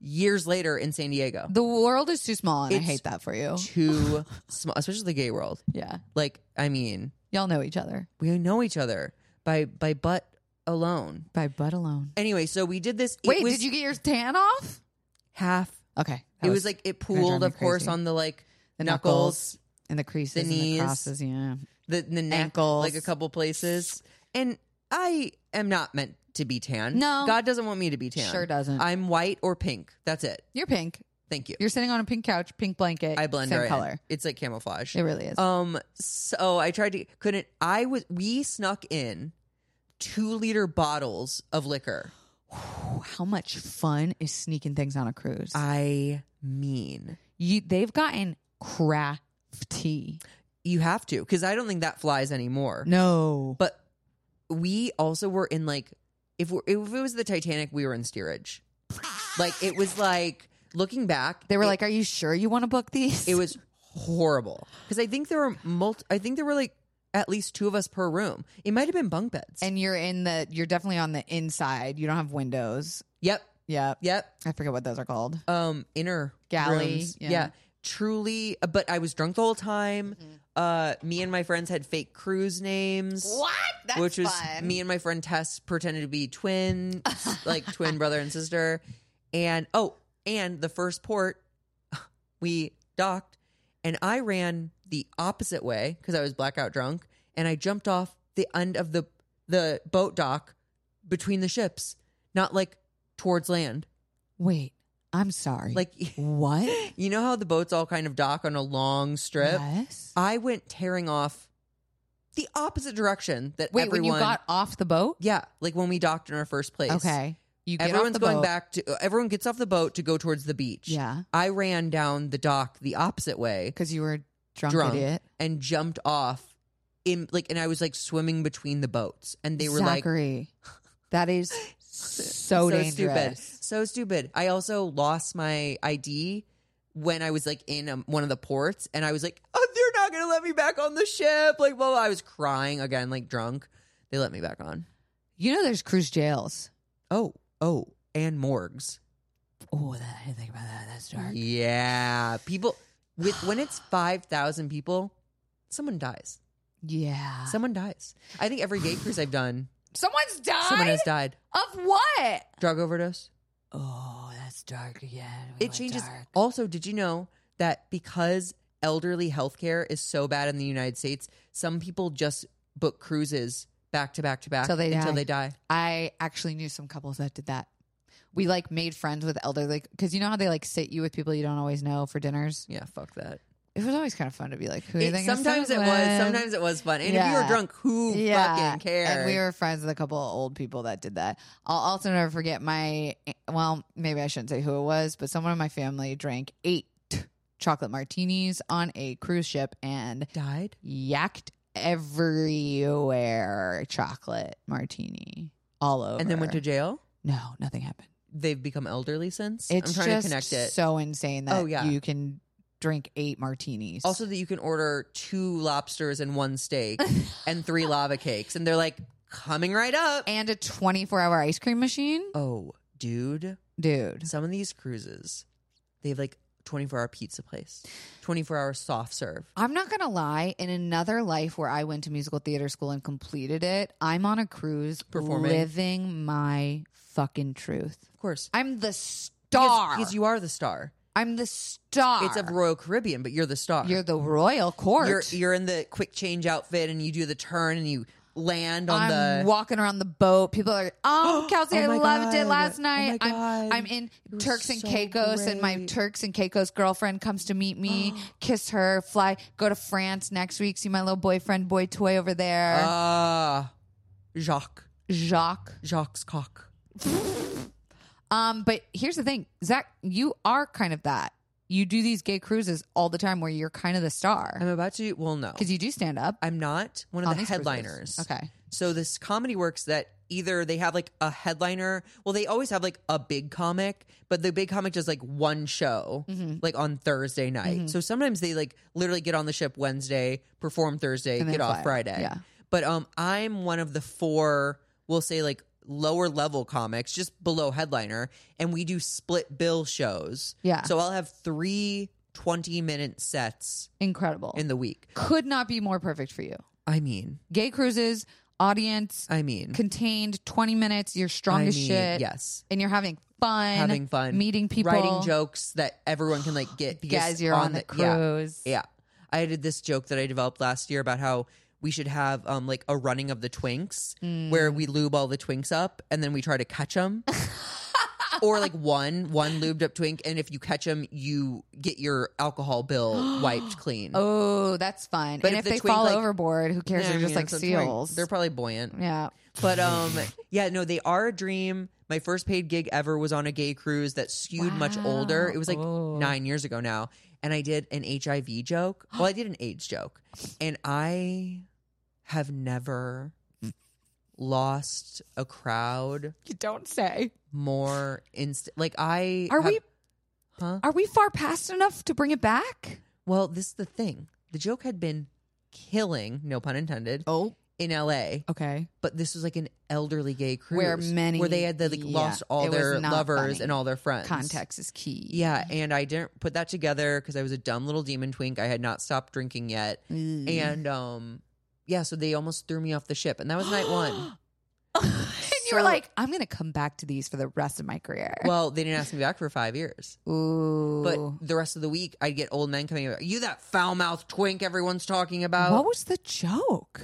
years later in San Diego. The world is too small, and I It's hate that for you. Too small, especially the gay world. Yeah. Like, I mean, Y'all know each other we know each other by by butt alone. by butt alone. Anyway, so we did this. It Wait, was did you get your tan off? half? Okay. It was, like it gonna drive pooled, me of course, crazy. on the like The knuckles, knuckles. and the creases, the and knees. the crosses. Yeah. the the neck, Ankles. like a couple places. And I am not meant to be tan. No. God doesn't want me to be tan. Sure doesn't. I'm white or pink. That's it. You're pink. Thank you. You're sitting on a pink couch, pink blanket. I blend same right in. color. It's like camouflage. It really is. Um. So I tried to couldn't. I was we snuck in two liter bottles of liquor. Oh, How much fun is sneaking things on a cruise? I mean, you, they've gotten crafty. you have to because I don't think that flies anymore. No. But we also were in like if we're, if it was the Titanic, we were in steerage. Like it was like looking back, They were it- like, "Are you sure you want to book these?" it was horrible because I think there were multi. I think there were like at least two of us per room. It might have been bunk beds. and you're in the. You're definitely on the inside. You don't have windows. yep, Yeah. yep. I forget what those are called. Um, inner Galley, rooms. yeah. truly. uh, But I was drunk the whole time. Mm-hmm. Uh, me and my friends had fake cruise names. That's which was me and my friend Tess pretended to be twin, like twin brother and sister. And oh, and the first port we docked, and I ran the opposite way because I was blackout drunk, and I jumped off the end of the the boat dock between the ships, not like towards land. Wait, I'm sorry. Like what? you know how the boats all kind of dock on a long strip. Yes. I went tearing off the opposite direction that Wait, everyone when you got off the boat? Yeah, like when we docked in our first place. Okay. You get Everyone's off the going boat. back to uh, everyone gets off the boat to go towards the beach. Yeah. I ran down the dock the opposite way, Because you were a drunk, drunk, idiot. and jumped off in like and I was like swimming between the boats and they were like Zachary. that is so, so stupid. dangerous. So stupid. I also lost my ID when I was like in um one of the ports and I was like, "Oh, they're not going to let me back on the ship." Like, well, I was crying again like drunk. They let me back on. You know there's cruise jails. Oh, oh, and morgues. Oh, that, I didn't think about that. That's dark. Yeah, people with when it's five thousand people, someone dies. Yeah. Someone dies. I think every gay cruise I've done, Someone's died? someone has died. Of what? Drug overdose. Oh, that's dark again. We It went changes. dark. Also, did you know that because elderly healthcare is so bad in the United States, some people just book cruises back to back to back Till they until die. they die. I actually knew some couples that did that. We like made friends with elderly because you know how they like sit you with people you don't always know for dinners. Yeah, fuck that. It was always kind of fun to be like, who do you It, think sometimes it was. Sometimes it was fun. And if you were Yeah. drunk, who fucking cared? And we were friends with a couple of old people that did that. I'll also never forget my, well, maybe I shouldn't say who it was, but someone in my family drank eight chocolate martinis on a cruise ship and Died? yacked everywhere chocolate martini all over. And then went to jail? No, nothing happened. They've become elderly since? It's I'm trying just to connect it. so insane that Oh, yeah. you can drink eight martinis. also that you can order two lobsters and one steak and three lava cakes. And they're like, coming right up. and a 24 hour ice cream machine. oh, dude. Dude. Some of these cruises, they have like 24 hour pizza place, 24 hour soft serve. I'm not going to lie. In another life where I went to musical theater school and completed it, I'm on a cruise Performing. living my fucking truth. Of course. I'm the Because- star. Because you are the star. I'm the star. It's of Royal Caribbean, but you're the star. You're the royal court. you're, you're in the quick change outfit and you do the turn and you land on I'm the. walking around the boat. People are, oh, Kelsey, Oh I my loved it God. last Oh night. my I'm, God. I'm in It was Turks and so Caicos, and my great. Turks and Caicos girlfriend comes to meet me, kiss her, fly, go to France next week, see my little boyfriend, boy toy over there, Ah, Jacques. Jacques. Jacques cock. Um, but here's the thing, Zach, you are kind of that. You do these gay cruises all the time where you're kind of the I'm star about to. Well, no. because you do stand up. I'm not one of on the these cruises. headliners. Okay. So this comedy works that either they have like a headliner. Well, they always have like a big comic, but the big comic does like one show, Mm-hmm. like on Thursday night. So sometimes they like literally get on the ship Wednesday, perform Thursday, And then get off fly. Friday. Yeah. But um, I'm one of the four. We'll say like lower level comics, just below headliner, and we do split bill shows. Yeah. So I'll have three 20 minute sets Incredible. in the week. Could not be more perfect for you. I mean, Gay cruises, audience, I mean, contained 20 minutes you're strong I as mean, shit Yes. and you're having fun Having fun, meeting people writing jokes that everyone can like get. because guys you're on, the, Yeah, cruise yeah. I did this joke that I developed last year about how we should have um like a running of the twinks where Mm. we lube all the twinks up and then we try to catch them. or like one one lubed up twink and if you catch them you get your alcohol bill wiped clean. oh that's fun But and if if, the they twink, fall like- overboard who cares Yeah, I they're just mean, like it's a twink. seals They're probably buoyant. yeah But um, yeah, no, they are a dream. My first paid gig ever was on a gay cruise that skewed much older. Wow. It was like Oh. nine years ago now, and I did an HIV joke. Well, I did an AIDS joke, and I have never lost a crowd you don't say more instant. Like I Are have- we- Huh? are we far past enough to bring it back Well, this is the thing. The joke had been killing, no pun intended, oh in L.A. okay but this was like an elderly gay cruise Where many- where they had the, like yeah, lost all it was their not lovers funny. and all their friends. context is key uh, Yeah, and I didn't put that together because I was a dumb little demon twink. I had not stopped drinking yet, Mm. Mm-hmm. and um, yeah, so they almost threw me off the ship, and that was night one. and you were So- like i'm gonna come back to these for the rest of my career Well, they didn't ask me back for five years, ooh but the rest of the week I'd get old men coming. Over, you that foul mouthed twink everyone's talking about. what was the joke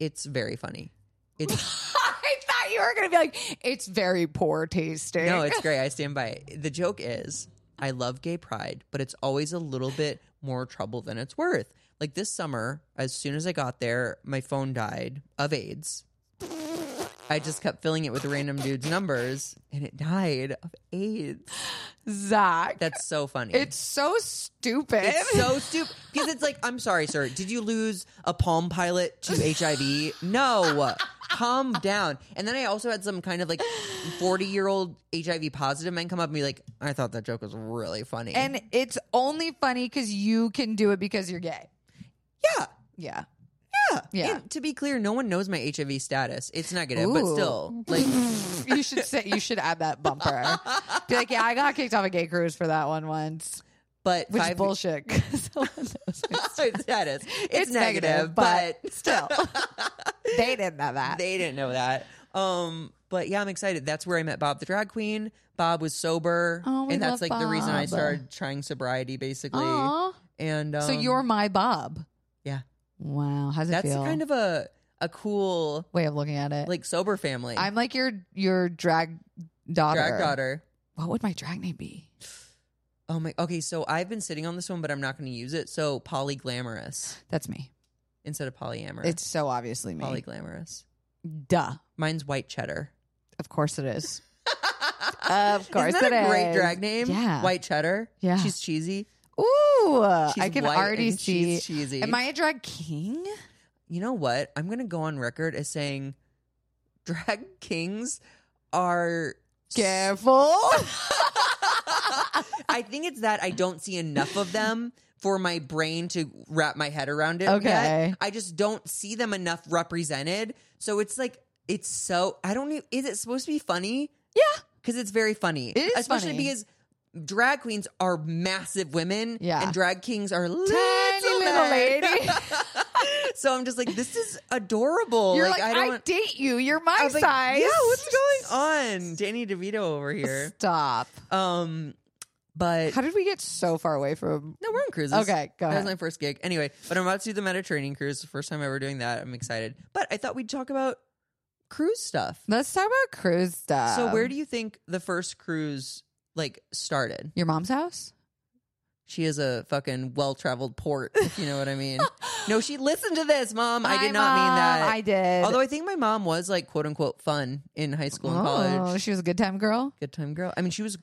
It's very funny. It's I thought you were gonna be like, it's very poor tasting. no, it's great. I stand by it. The joke is, I love gay pride, but it's always a little bit more trouble than it's worth. Like this summer, as soon as I got there, my phone died of AIDS. I just kept filling it with random dudes' numbers, and it died of AIDS. Zach. That's so funny. It's so stupid. It's so stupid because it's like, I'm sorry, sir. Did you lose a Palm Pilot to HIV? No, calm down. And then I also had some kind of like 40 year old HIV positive men come up and be like, I thought that joke was really funny. and it's only funny because you can do it because you're gay. yeah, Yeah. yeah, Yeah. And to be clear, no one knows my HIV status. It's negative, but Ooh. still, like, You should say you should add that bumper. Be like, yeah, I got kicked off a gay cruise for that one once. but Which five is bullshit. 'cause someone knows it's- status. It's, negative, but still. they didn't know that. they didn't know that. Um, but yeah, I'm excited. That's where I met Bob the drag queen. Bob was sober, Oh, we and that's love like the reason I Bob. started trying sobriety, basically. Aw. And um, so you're my Bob. yeah, Wow. How's it that's feel? kind of a a cool way of looking at it. like sober family. I'm like your your drag daughter. drag daughter. What would my drag name be? Oh my. Okay, so I've been sitting on this one, but I'm not going to use it. So polyglamorous That's me. instead of polyamorous. It's so obviously me. polyglamorous. Duh. Mine's white cheddar. Of course it is. of course Isn't that it a great is. drag name? Yeah. White cheddar. Yeah. She's cheesy. Ooh, She's I can white already and see. she's cheesy. Am I a drag king? you know what? I'm going to go on record as saying drag kings are. Careful. I think it's that I don't see enough of them for my brain to wrap my head around it. Okay. yet. I just don't see them enough represented. So it's like, it's so. I don't know. Is it supposed to be funny? Yeah. Because it's very funny. It is Especially funny. because drag queens are massive women. Yeah. And drag kings are little, Tiny little men. lady. so I'm just like, this is adorable. You're like, I I, don't. date you. You're my I was size. like, yeah, what's going on? Danny DeVito over here. Stop. Um, but How did we get so far away from? no, we're on cruises. Okay, go that ahead. was my first gig. Anyway, but I'm about to do the Mediterranean cruise. The first time ever doing that. I'm excited. But I thought we'd talk about cruise stuff. Let's talk about cruise stuff. so where do you think the first cruise like started? your mom's house? She is a fucking well-traveled port. If you know what I mean. no, she listened to this, mom. I Hi, did not mean Mom. that. I did. Oh, Although I think my mom was like quote unquote fun in high school and college. she was a good time girl. good time girl. I mean, she was,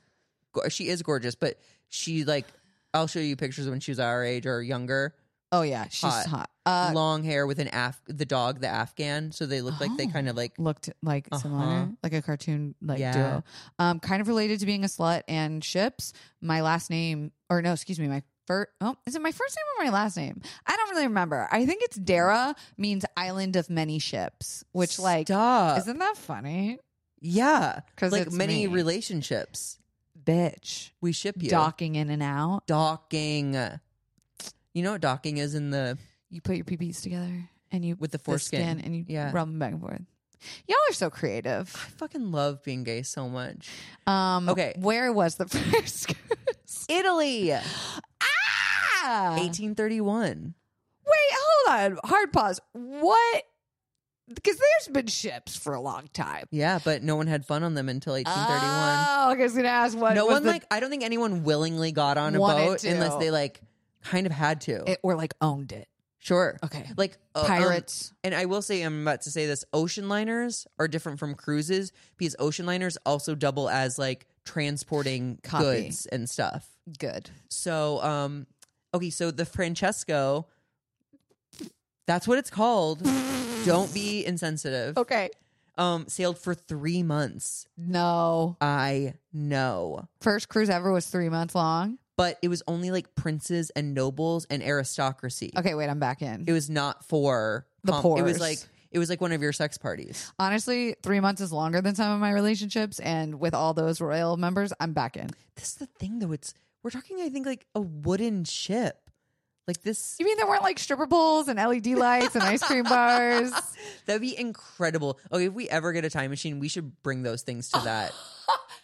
go- she is gorgeous, but she like, I'll show you pictures when she was our age or younger. Oh yeah, she's hot. Hot. Uh, Long hair with an Af, the dog, the Afghan. So they look like they Oh. kind of like, looked like similar, Uh-huh. like a cartoon like Yeah. duo. Um, kind of related to being a slut and ships. My last name, or no, excuse me, my first. Oh, is it my first name or my last name? I don't really remember. I think it's Dara means island of many ships, which like Stop. isn't that funny, yeah. 'Cause like it's many me. relationships. bitch? We ship you. Docking in and out. Docking. You know what docking is in the, You put your PPs together and you with the the foreskin. skin and you Yeah. rub them back and forth. Y'all are so creative. I fucking love being gay so much. Um, Okay. where was the first cruise? Italy, Ah! 1831. Wait, hold on. Hard pause. What? Because there's been ships for a long time. Yeah, but no one had fun on them until 1831. Oh, okay, I was gonna ask what. no was one the- like I don't think anyone willingly got on a Wanted boat to. unless they like kind of had to. it or like owned it. sure. Okay, Like uh, um, pirates. and I will say I'm about to say this ocean liners are different from cruises because ocean liners also double as like transporting Copy. goods and stuff. Good. So um okay, so the Francesco that's what it's called. don't be insensitive. Okay. Um sailed for 3 months. No, I know. first cruise ever was three months long. but it was only like princes and nobles and aristocracy. Okay, wait, I'm back in. It was not for The It pores. was like it was like one of your sex parties. Honestly, three months is longer than some of my relationships, and with all those royal members, I'm back in. This is the thing though. It's we're talking I think like a wooden ship. Like this You mean there weren't like stripper poles and LED lights and ice cream bars? that'd be incredible. Okay, if we ever get a time machine, we should bring those things to that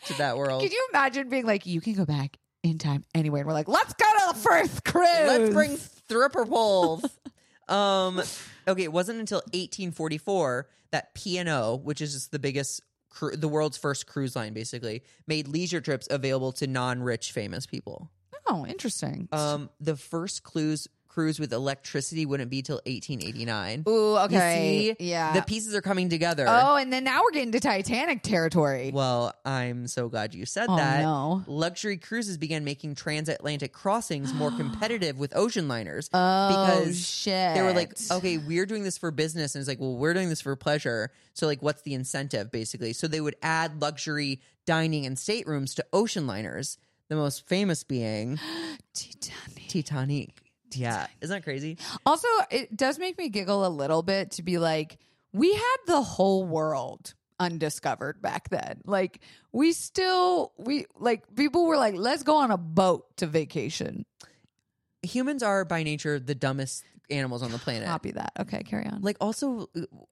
to that world. Could you imagine being like, you can go back in time anywhere? And we're like, let's go to the first cruise. Let's bring stripper poles. um okay, it wasn't until 1844 that P&O, which is just the biggest cru- the world's first cruise line basically, made leisure trips available to non-rich famous people. Oh, interesting. Um the first cruise cruise with electricity wouldn't be till 1889. Ooh, You okay. see, yeah. The pieces are coming together. oh, and then now we're getting to Titanic territory. Well, I'm so glad you said Oh, that. no. Luxury cruises began making transatlantic crossings more competitive with ocean liners Oh, because shit. they were like, okay, we're doing this for business. And it's like, well, we're doing this for pleasure. So, like, what's the incentive, basically? So, they would add luxury dining and staterooms to ocean liners, the most famous being Titanic. Titanic. Yeah. Isn't that crazy? Also, it does make me giggle a little bit to be like, we had the whole world undiscovered back then. Like, we still, we, like, people were like, let's go on a boat to vacation. Humans are, by nature, the dumbest animals on the planet. Copy that. Okay, carry on. Like, also,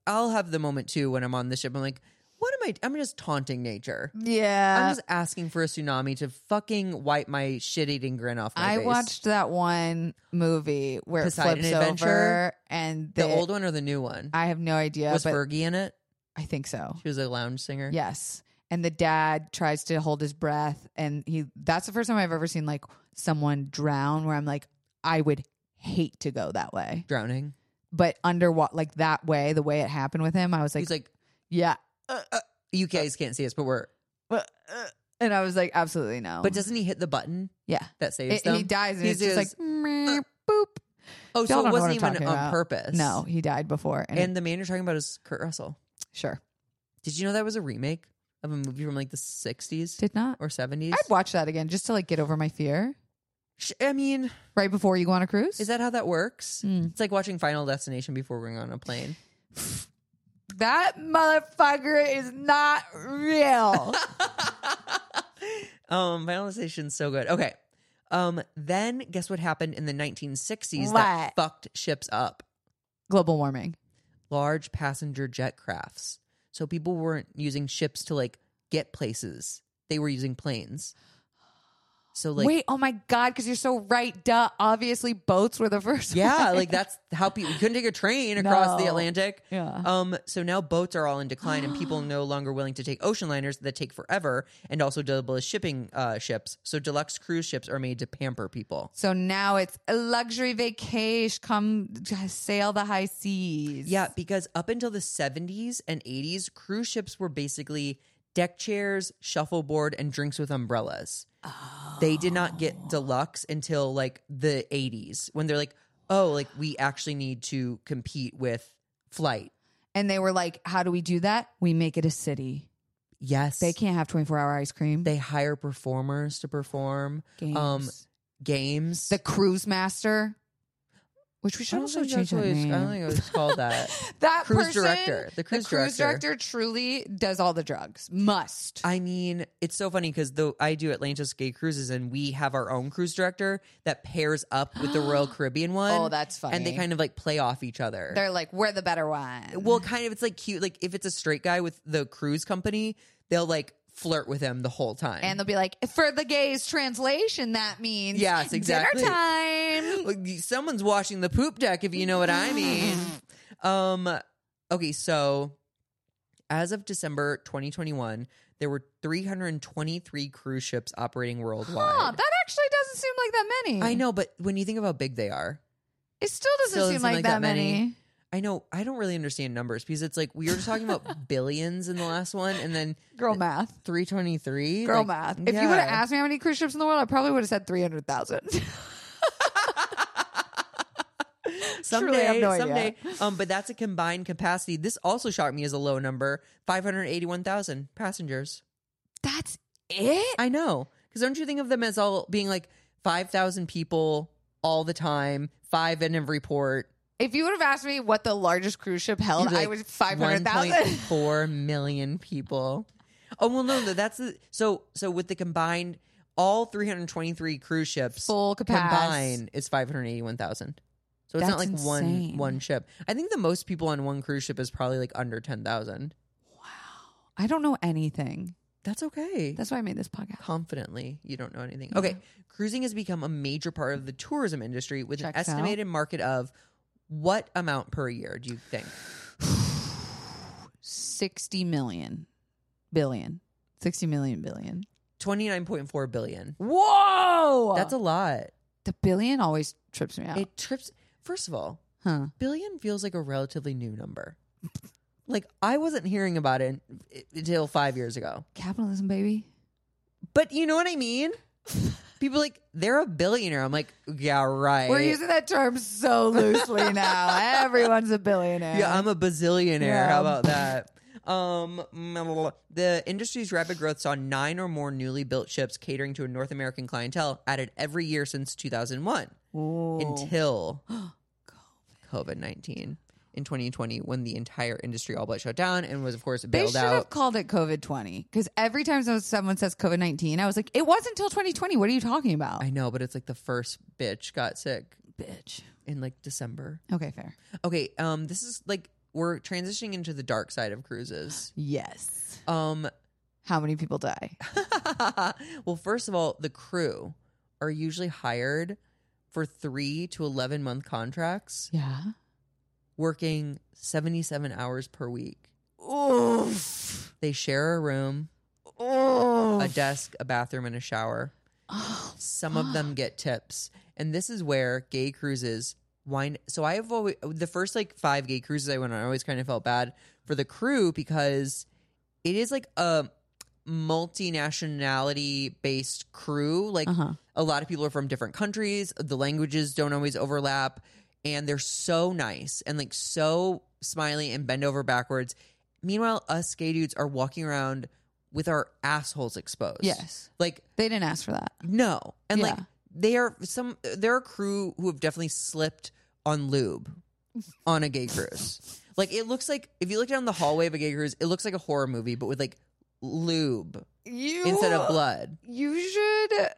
I'll have the moment too when I'm on the ship. I'm like, what am I? I'm just taunting nature. yeah. I'm just asking for a tsunami to fucking wipe my shit eating grin off my I face. watched that one movie where Poseidon it flips Adventure? over and the they- old one or the new one. I have no idea, was but Fergie in it? I think so. She was a lounge singer. Yes. And the dad tries to hold his breath and he that's the first time I've ever seen like someone drown where I'm like I would hate to go that way. drowning. But underwater like that way, the way it happened with him, I was like, He's like, yeah. you guys can't see us, but we're. And I was like, absolutely no. But doesn't he hit the button um, yeah, that saves It- them? he dies, and He it's just says, "Uh, like meh, boop. oh, so Y'all don't know it wasn't what I'm even on talking about. purpose. No, he died before, and, And the man you're talking about is Kurt Russell. it- sure Did you know that was a remake of a movie from like the 60s did not. or 70s? I'd watch that again just to like get over my fear. Sh- I mean, Right before you go on a cruise, is that how that works? Mm. It's like watching Final Destination before going on a plane. that motherfucker is not real. um, Final Destination's so good. Okay. Um, then guess what happened in the 1960s What? that fucked ships up? Global warming. Large passenger jet crafts. So people weren't using ships to like get places. They were using planes. So like Wait, oh my god, because you're so right. Duh. Obviously, boats were the first. yeah, one. like that's how people you couldn't take a train across the No. Atlantic. yeah. Um, so now boats are all in decline, and people are no longer willing to take ocean liners that take forever and also double as shipping uh, ships. So deluxe cruise ships are made to pamper people. So now it's a luxury vacation. Come sail the high seas. Yeah, because up until the 70s and 80s, cruise ships were basically deck chairs, shuffleboard, and drinks with umbrellas. They did not Oh. get deluxe until like the 80s when they're like, oh, like we actually need to compete with flight. And they were like, "How do we do that? We make it a city. Yes. They can't have 24 hour ice cream. They hire performers to perform Games. um, games. the cruise master, which we I should don't also think that's change that what it's- name. I don't think it was called that. that Cruise person, director. The cruise director. truly does all the drugs. Must. I mean, it's so funny because though I do Atlantis Gay Cruises, and we have our own cruise director that pairs up with the Royal Caribbean one. oh, that's funny. and they kind of like play off each other. they're like, we're the better one. well, kind of. It's like cute. Like if it's a straight guy with the cruise company, they'll like flirt with him the whole time. and they'll be like, for the gays translation, that means Yes, exactly. dinner time. Like, someone's washing the poop deck if you know what I mean. um okay, so as of December 2021, there were 323 cruise ships operating worldwide. Huh, that actually doesn't seem like that many. I know, but when you think of how big they are, It still doesn't Still seem doesn't like, like that, that many. many. I know I don't really understand numbers because it's like we were talking about billions in the last one and then Girl math. 323. Girl like, math. If you would yeah. have asked me how many cruise ships in the world, I probably would have said 300,000. someday, Truly, I have no idea. someday. Um, but that's a combined capacity. This also shocked me as a low number: five hundred eighty-one thousand passengers. That's it? I know, because don't you think of them as all being like five thousand people all the time, five in every port, If you would have asked me what the largest cruise ship held, You'd be I like, was 500,000. 1.4 million people. Oh well, no, no, that's the, so. So with the combined, all three hundred twenty-three cruise ships Full capacity. combined is five hundred eighty-one thousand. So it's not That's like one insane. one ship. I think the most people on one cruise ship is probably like under ten thousand. I don't know anything. That's okay. That's why I made this podcast. confidently you don't know anything. Okay, cruising has become a major part of the tourism industry with an Checks out. estimated market of what amount per year do you think? 60 million billion. 60 million billion. 29.4 billion. Whoa! That's a lot. the billion always trips me out. It trips First of all, huh. billion feels like a relatively new number. like I wasn't hearing about it until 5 years ago. Capitalism, baby. But you know what I mean? People like they're a billionaire. I'm like, yeah, right. We're using that term so loosely now. Everyone's a billionaire. Yeah, I'm a bazillionaire. Yeah. How about that? Um, the industry's rapid growth saw nine or more newly built ships catering to a North American clientele added every year since 2001 Ooh. until COVID 19 in 2020 when the entire industry all but shut down and was, of course, They bailed should have out. called it COVID 20 because every time so- someone says COVID 19, I was like, it wasn't until 2020. What are you talking about? I know, but it's like the first bitch got sick Bitch. in like December. Okay, fair. Okay, um, this is like we're transitioning into the dark side of cruises. Yes. Um, How many people die? well, first of all, the crew are usually hired for three to 11 month contracts, Yeah. working 77 hours per week. Oof. They share a room, Oof. a desk, a bathroom, and a shower. Oh, Some of them get tips. And this is where gay cruises wind. So I have always, the first like five gay cruises I went on, I always kind of felt bad for the crew because it is like a multinationality based crew. Like Uh-huh. a lot of people are from different countries. The languages don't always overlap. And they're so nice and like so smiley and bend over backwards. Meanwhile, us gay dudes are walking around with our assholes exposed. Yes. Like They didn't ask for that. no. And like Yeah. they are some there are crew who have definitely slipped on lube on a gay cruise. like it looks like if you look down the hallway of a gay cruise, it looks like a horror movie, but with like lube You instead of blood. You should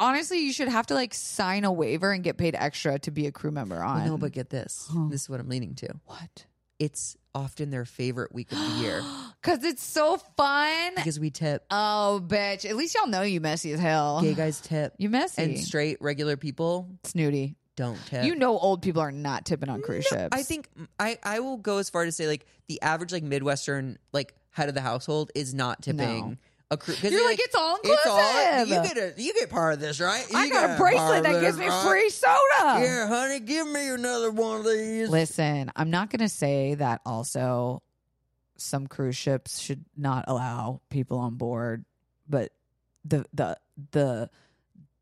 honestly, you should have to like sign a waiver and get paid extra to be a crew member on. No, but get this. This is what I'm leaning to. what? It's often their favorite week of the year Because it's so fun. because we tip. Oh, bitch! At least y'all know you messy as hell. Gay guys tip. You messy And straight regular people snooty. don't tip. You know, old people are not tipping on cruise No, ships. I think I, I will go as far to say like the average like Midwestern like head of the household is not tipping No. a crew. 'cause You're they, like, "It's all you inclusive." get a, you get part of this, right? I You got get a bracelet part of that gives this, me right? free soda. Yeah, honey, give me another one of these. Listen, I'm not going to say that also some cruise ships should not allow people on board, but the the the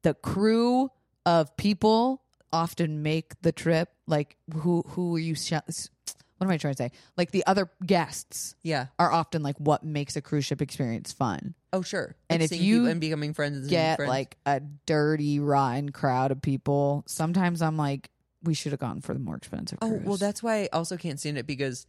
the crew of people often make the trip like who who are you sh- what am I trying to say? Like the other guests yeah. are often like what makes a cruise ship experience fun. Oh, sure. And Like, if seeing you people and becoming friends, and being Get friends. like a dirty rotten crowd of people. Sometimes I'm like we should have gone for the more expensive oh cruise. well, that's why I also can't stand it because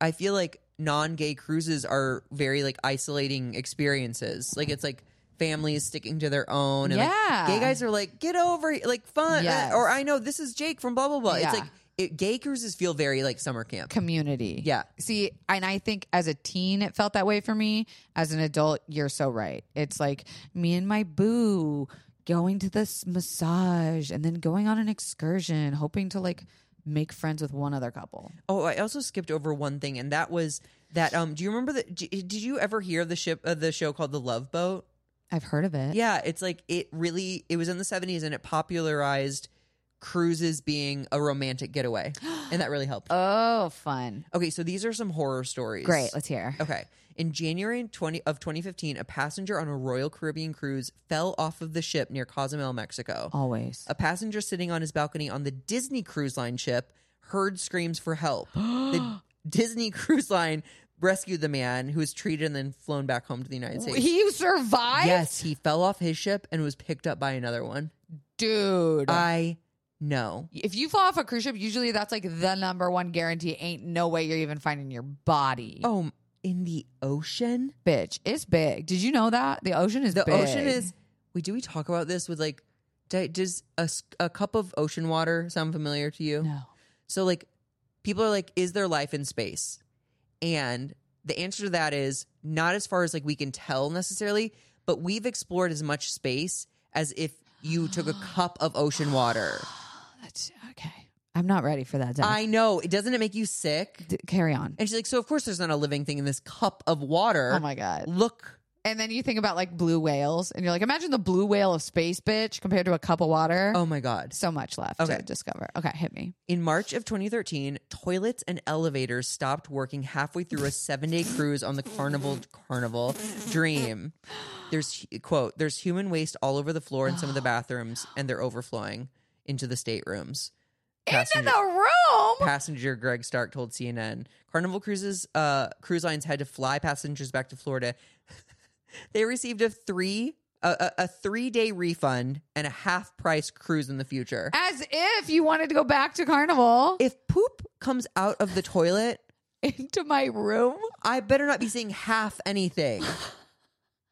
I feel like non-gay cruises are very like isolating experiences. Like it's like families sticking to their own. And, like, yeah. gay guys are like, get over it, like fun. uh, Yes. Or I know this is Jake from blah blah blah. Yeah. It's like it, gay cruises feel very like summer camp. community. Yeah. See, and I think as a teen, it felt that way for me. As an adult, you're so right. It's like me and my boo going to this massage and then going on an excursion, hoping to like make friends with one other couple. Oh, I also skipped over one thing, and that was that. Um, do you remember that? Did you ever hear the ship uh, the show called The Love Boat? I've heard of it. Yeah, it's like it really. It was in the seventies, and it popularized cruises being a romantic getaway, and that really helped. Oh, fun. Okay, so these are some horror stories. Great. Let's hear. Okay. In January 20 of 2015, a passenger on a Royal Caribbean cruise fell off of the ship near Cozumel, Mexico. Always. A passenger sitting on his balcony on the Disney Cruise Line ship heard screams for help. the Disney Cruise Line rescued the man who was treated and then flown back home to the United States. He survived? yes, he fell off his ship and was picked up by another one. Dude. I know. Uh, if you fall off a cruise ship, usually that's like the number one guarantee. Ain't no way you're even finding your body. Oh, in the ocean? bitch, it's big. Did you know that the ocean is The big. ocean is. We do we talk about this with like, di- does a, s- a cup of ocean water sound familiar to you? no. So like, people are like, is there life in space? And the answer to that is not as far as like we can tell necessarily, but we've explored as much space as if you took a cup of ocean water. That's okay. I'm not ready for that. Zach. I know. Doesn't it make you sick? D- carry on. And she's like, so of course there's not a living thing in this cup of water. Oh my god. Look. And then you think about like blue whales, and you're like, imagine the blue whale of space, bitch, compared to a cup of water. Oh my god. So much left Okay. to discover. Okay, hit me. In March of 2013, toilets and elevators stopped working halfway through a seven-day cruise on the Carnival Carnival Dream. There's quote: "There's human waste all over the floor in some of the bathrooms, and they're overflowing into the staterooms." Into the room. passenger Greg Stark told CNN. Carnival Cruises uh, cruise lines had to fly passengers back to Florida. they received a three a, a, a three day refund and a half price cruise in the future. As if you wanted to go back to carnival If poop comes out of the toilet, into my room. I better not be seeing half anything.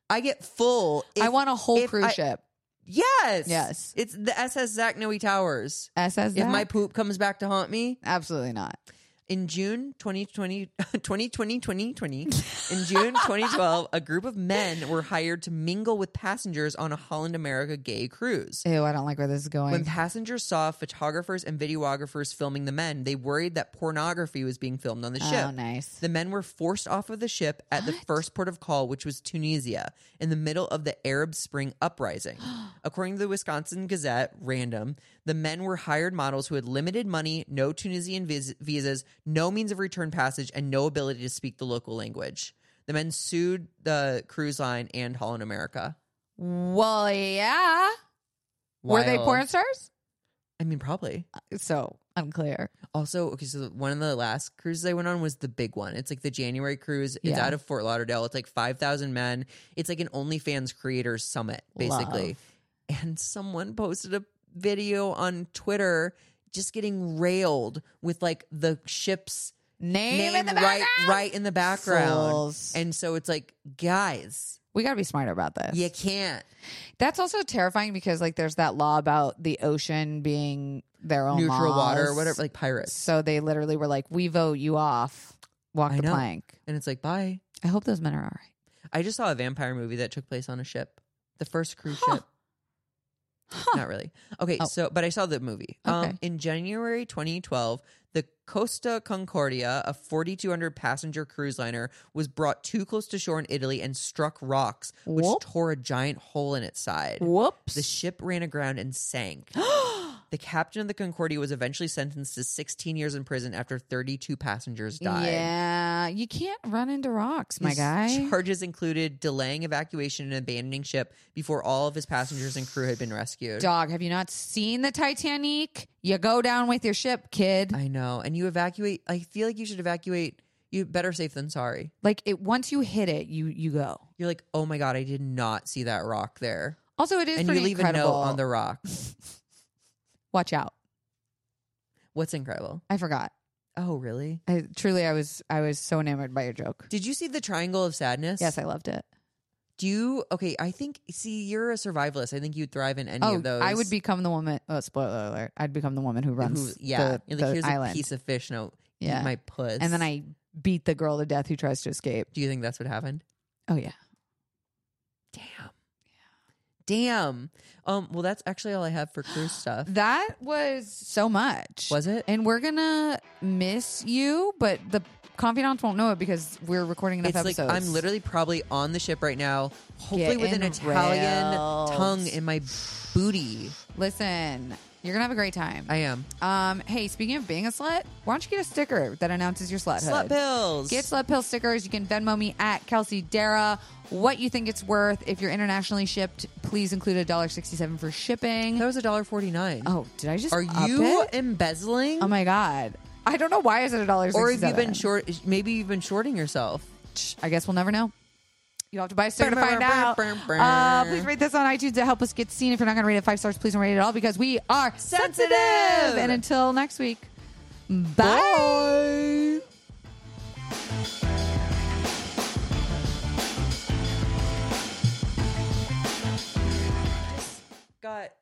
I get full. if- I want a whole if cruise I- ship. Yes, Yes. It's the SS Zach Noe Towers. SS. If my that? poop comes back to haunt me, absolutely not. In June 2020, 2020, 2020, in June 2012, a group of men were hired to mingle with passengers on a Holland America gay cruise. Ew, I don't like where this is going. When passengers saw photographers and videographers filming the men, they worried that pornography was being filmed on the oh, ship. nice. The men were forced off of the ship at the first port of call, which was Tunisia, in the middle of the Arab Spring uprising. According to the Wisconsin Gazette, random, the men were hired models who had limited money, no Tunisian vis- visas, no means of return passage, and no ability to speak the local language. The men sued the cruise line and Holland America. Well, yeah. Were they Wild. porn stars? I mean, probably. So unclear. Also, okay, so one of the last cruises I went on was the big one. It's like the January cruise. It's Yeah. out of Fort Lauderdale. It's like 5,000 men. It's like an OnlyFans creators summit, basically. And someone posted a video on Twitter just getting railed with like the ship's Name, name in the right background. right in the background. Fools. And so it's like, guys, we got to be smarter about this. you can't. That's also terrifying because like there's that law about the ocean being their own Neutral water, laws. whatever, like pirates. So they literally were like, "We vote you off. Walk I the know. plank." And it's like, bye. I hope those men are all right. I just saw a vampire movie that took place on a ship. The first cruise Huh. ship. Not really. Okay, Oh. so but I saw the movie. Um Okay. in January 2012, the Costa Concordia, a 4200 passenger cruise liner, was brought too close to shore in Italy and struck rocks, which Whoop. tore a giant hole in its side. Whoops. The ship ran aground and sank. the captain of the Concordia was eventually sentenced to 16 years in prison after 32 passengers died. Yeah, you can't run into rocks, my His guy. Charges included delaying evacuation and abandoning ship before all of his passengers and crew had been rescued. Dog, have you not seen the Titanic? You go down with your ship, kid. I know. And you evacuate. I feel like you should evacuate. You better safe than sorry. like it once you hit it, you you go. You're like, oh my god, I did not see that rock there, Also, it is and you pretty leave incredible. a note on the rock. Watch out! What's incredible? I forgot. Oh, really? I, truly, I was I was so enamored by your joke. Did you see the Triangle of Sadness? Yes, I loved it. Do you? Okay, I think. See, you're a survivalist. I think you'd thrive in any Oh, of those. I would become the woman. Oh, spoiler alert! I'd become the woman who Who, runs yeah, the, You're like, the here's island. a piece of fish. No, eat yeah, my puss. and then I beat the girl to death who tries to escape. Do you think that's what happened? Oh yeah, Damn. Damn. Um, well, that's actually all I have for cruise stuff. that was so much. Was it? And we're gonna miss you, but the confidants won't know it because we're recording enough It's like episodes. I'm literally probably on the ship right now, hopefully with an Getting Italian railed. tongue in my booty. listen. You're gonna have a great time. I am. um, hey, speaking of being a slut, why don't you get a sticker that announces your slut? Slut pills. Get slut pill stickers. You can Venmo me at Kelsey Dara. What you think it's worth? If you're internationally shipped, please include a dollar sixty-seven for shipping. that was a dollar forty nine. Oh, did I just? Are up you it? embezzling? Oh my god! I don't know why is it a dollar. or have you been short maybe you've been shorting yourself? I guess we'll never know. You will have to buy a sticker to Burr, find burr, out. burr, burr, burr. Uh, please rate this on iTunes to help us get seen. If you're not going to rate it five stars, please don't rate it at all because we are sensitive. Sensitive. And until next week, Bye. bye. Just got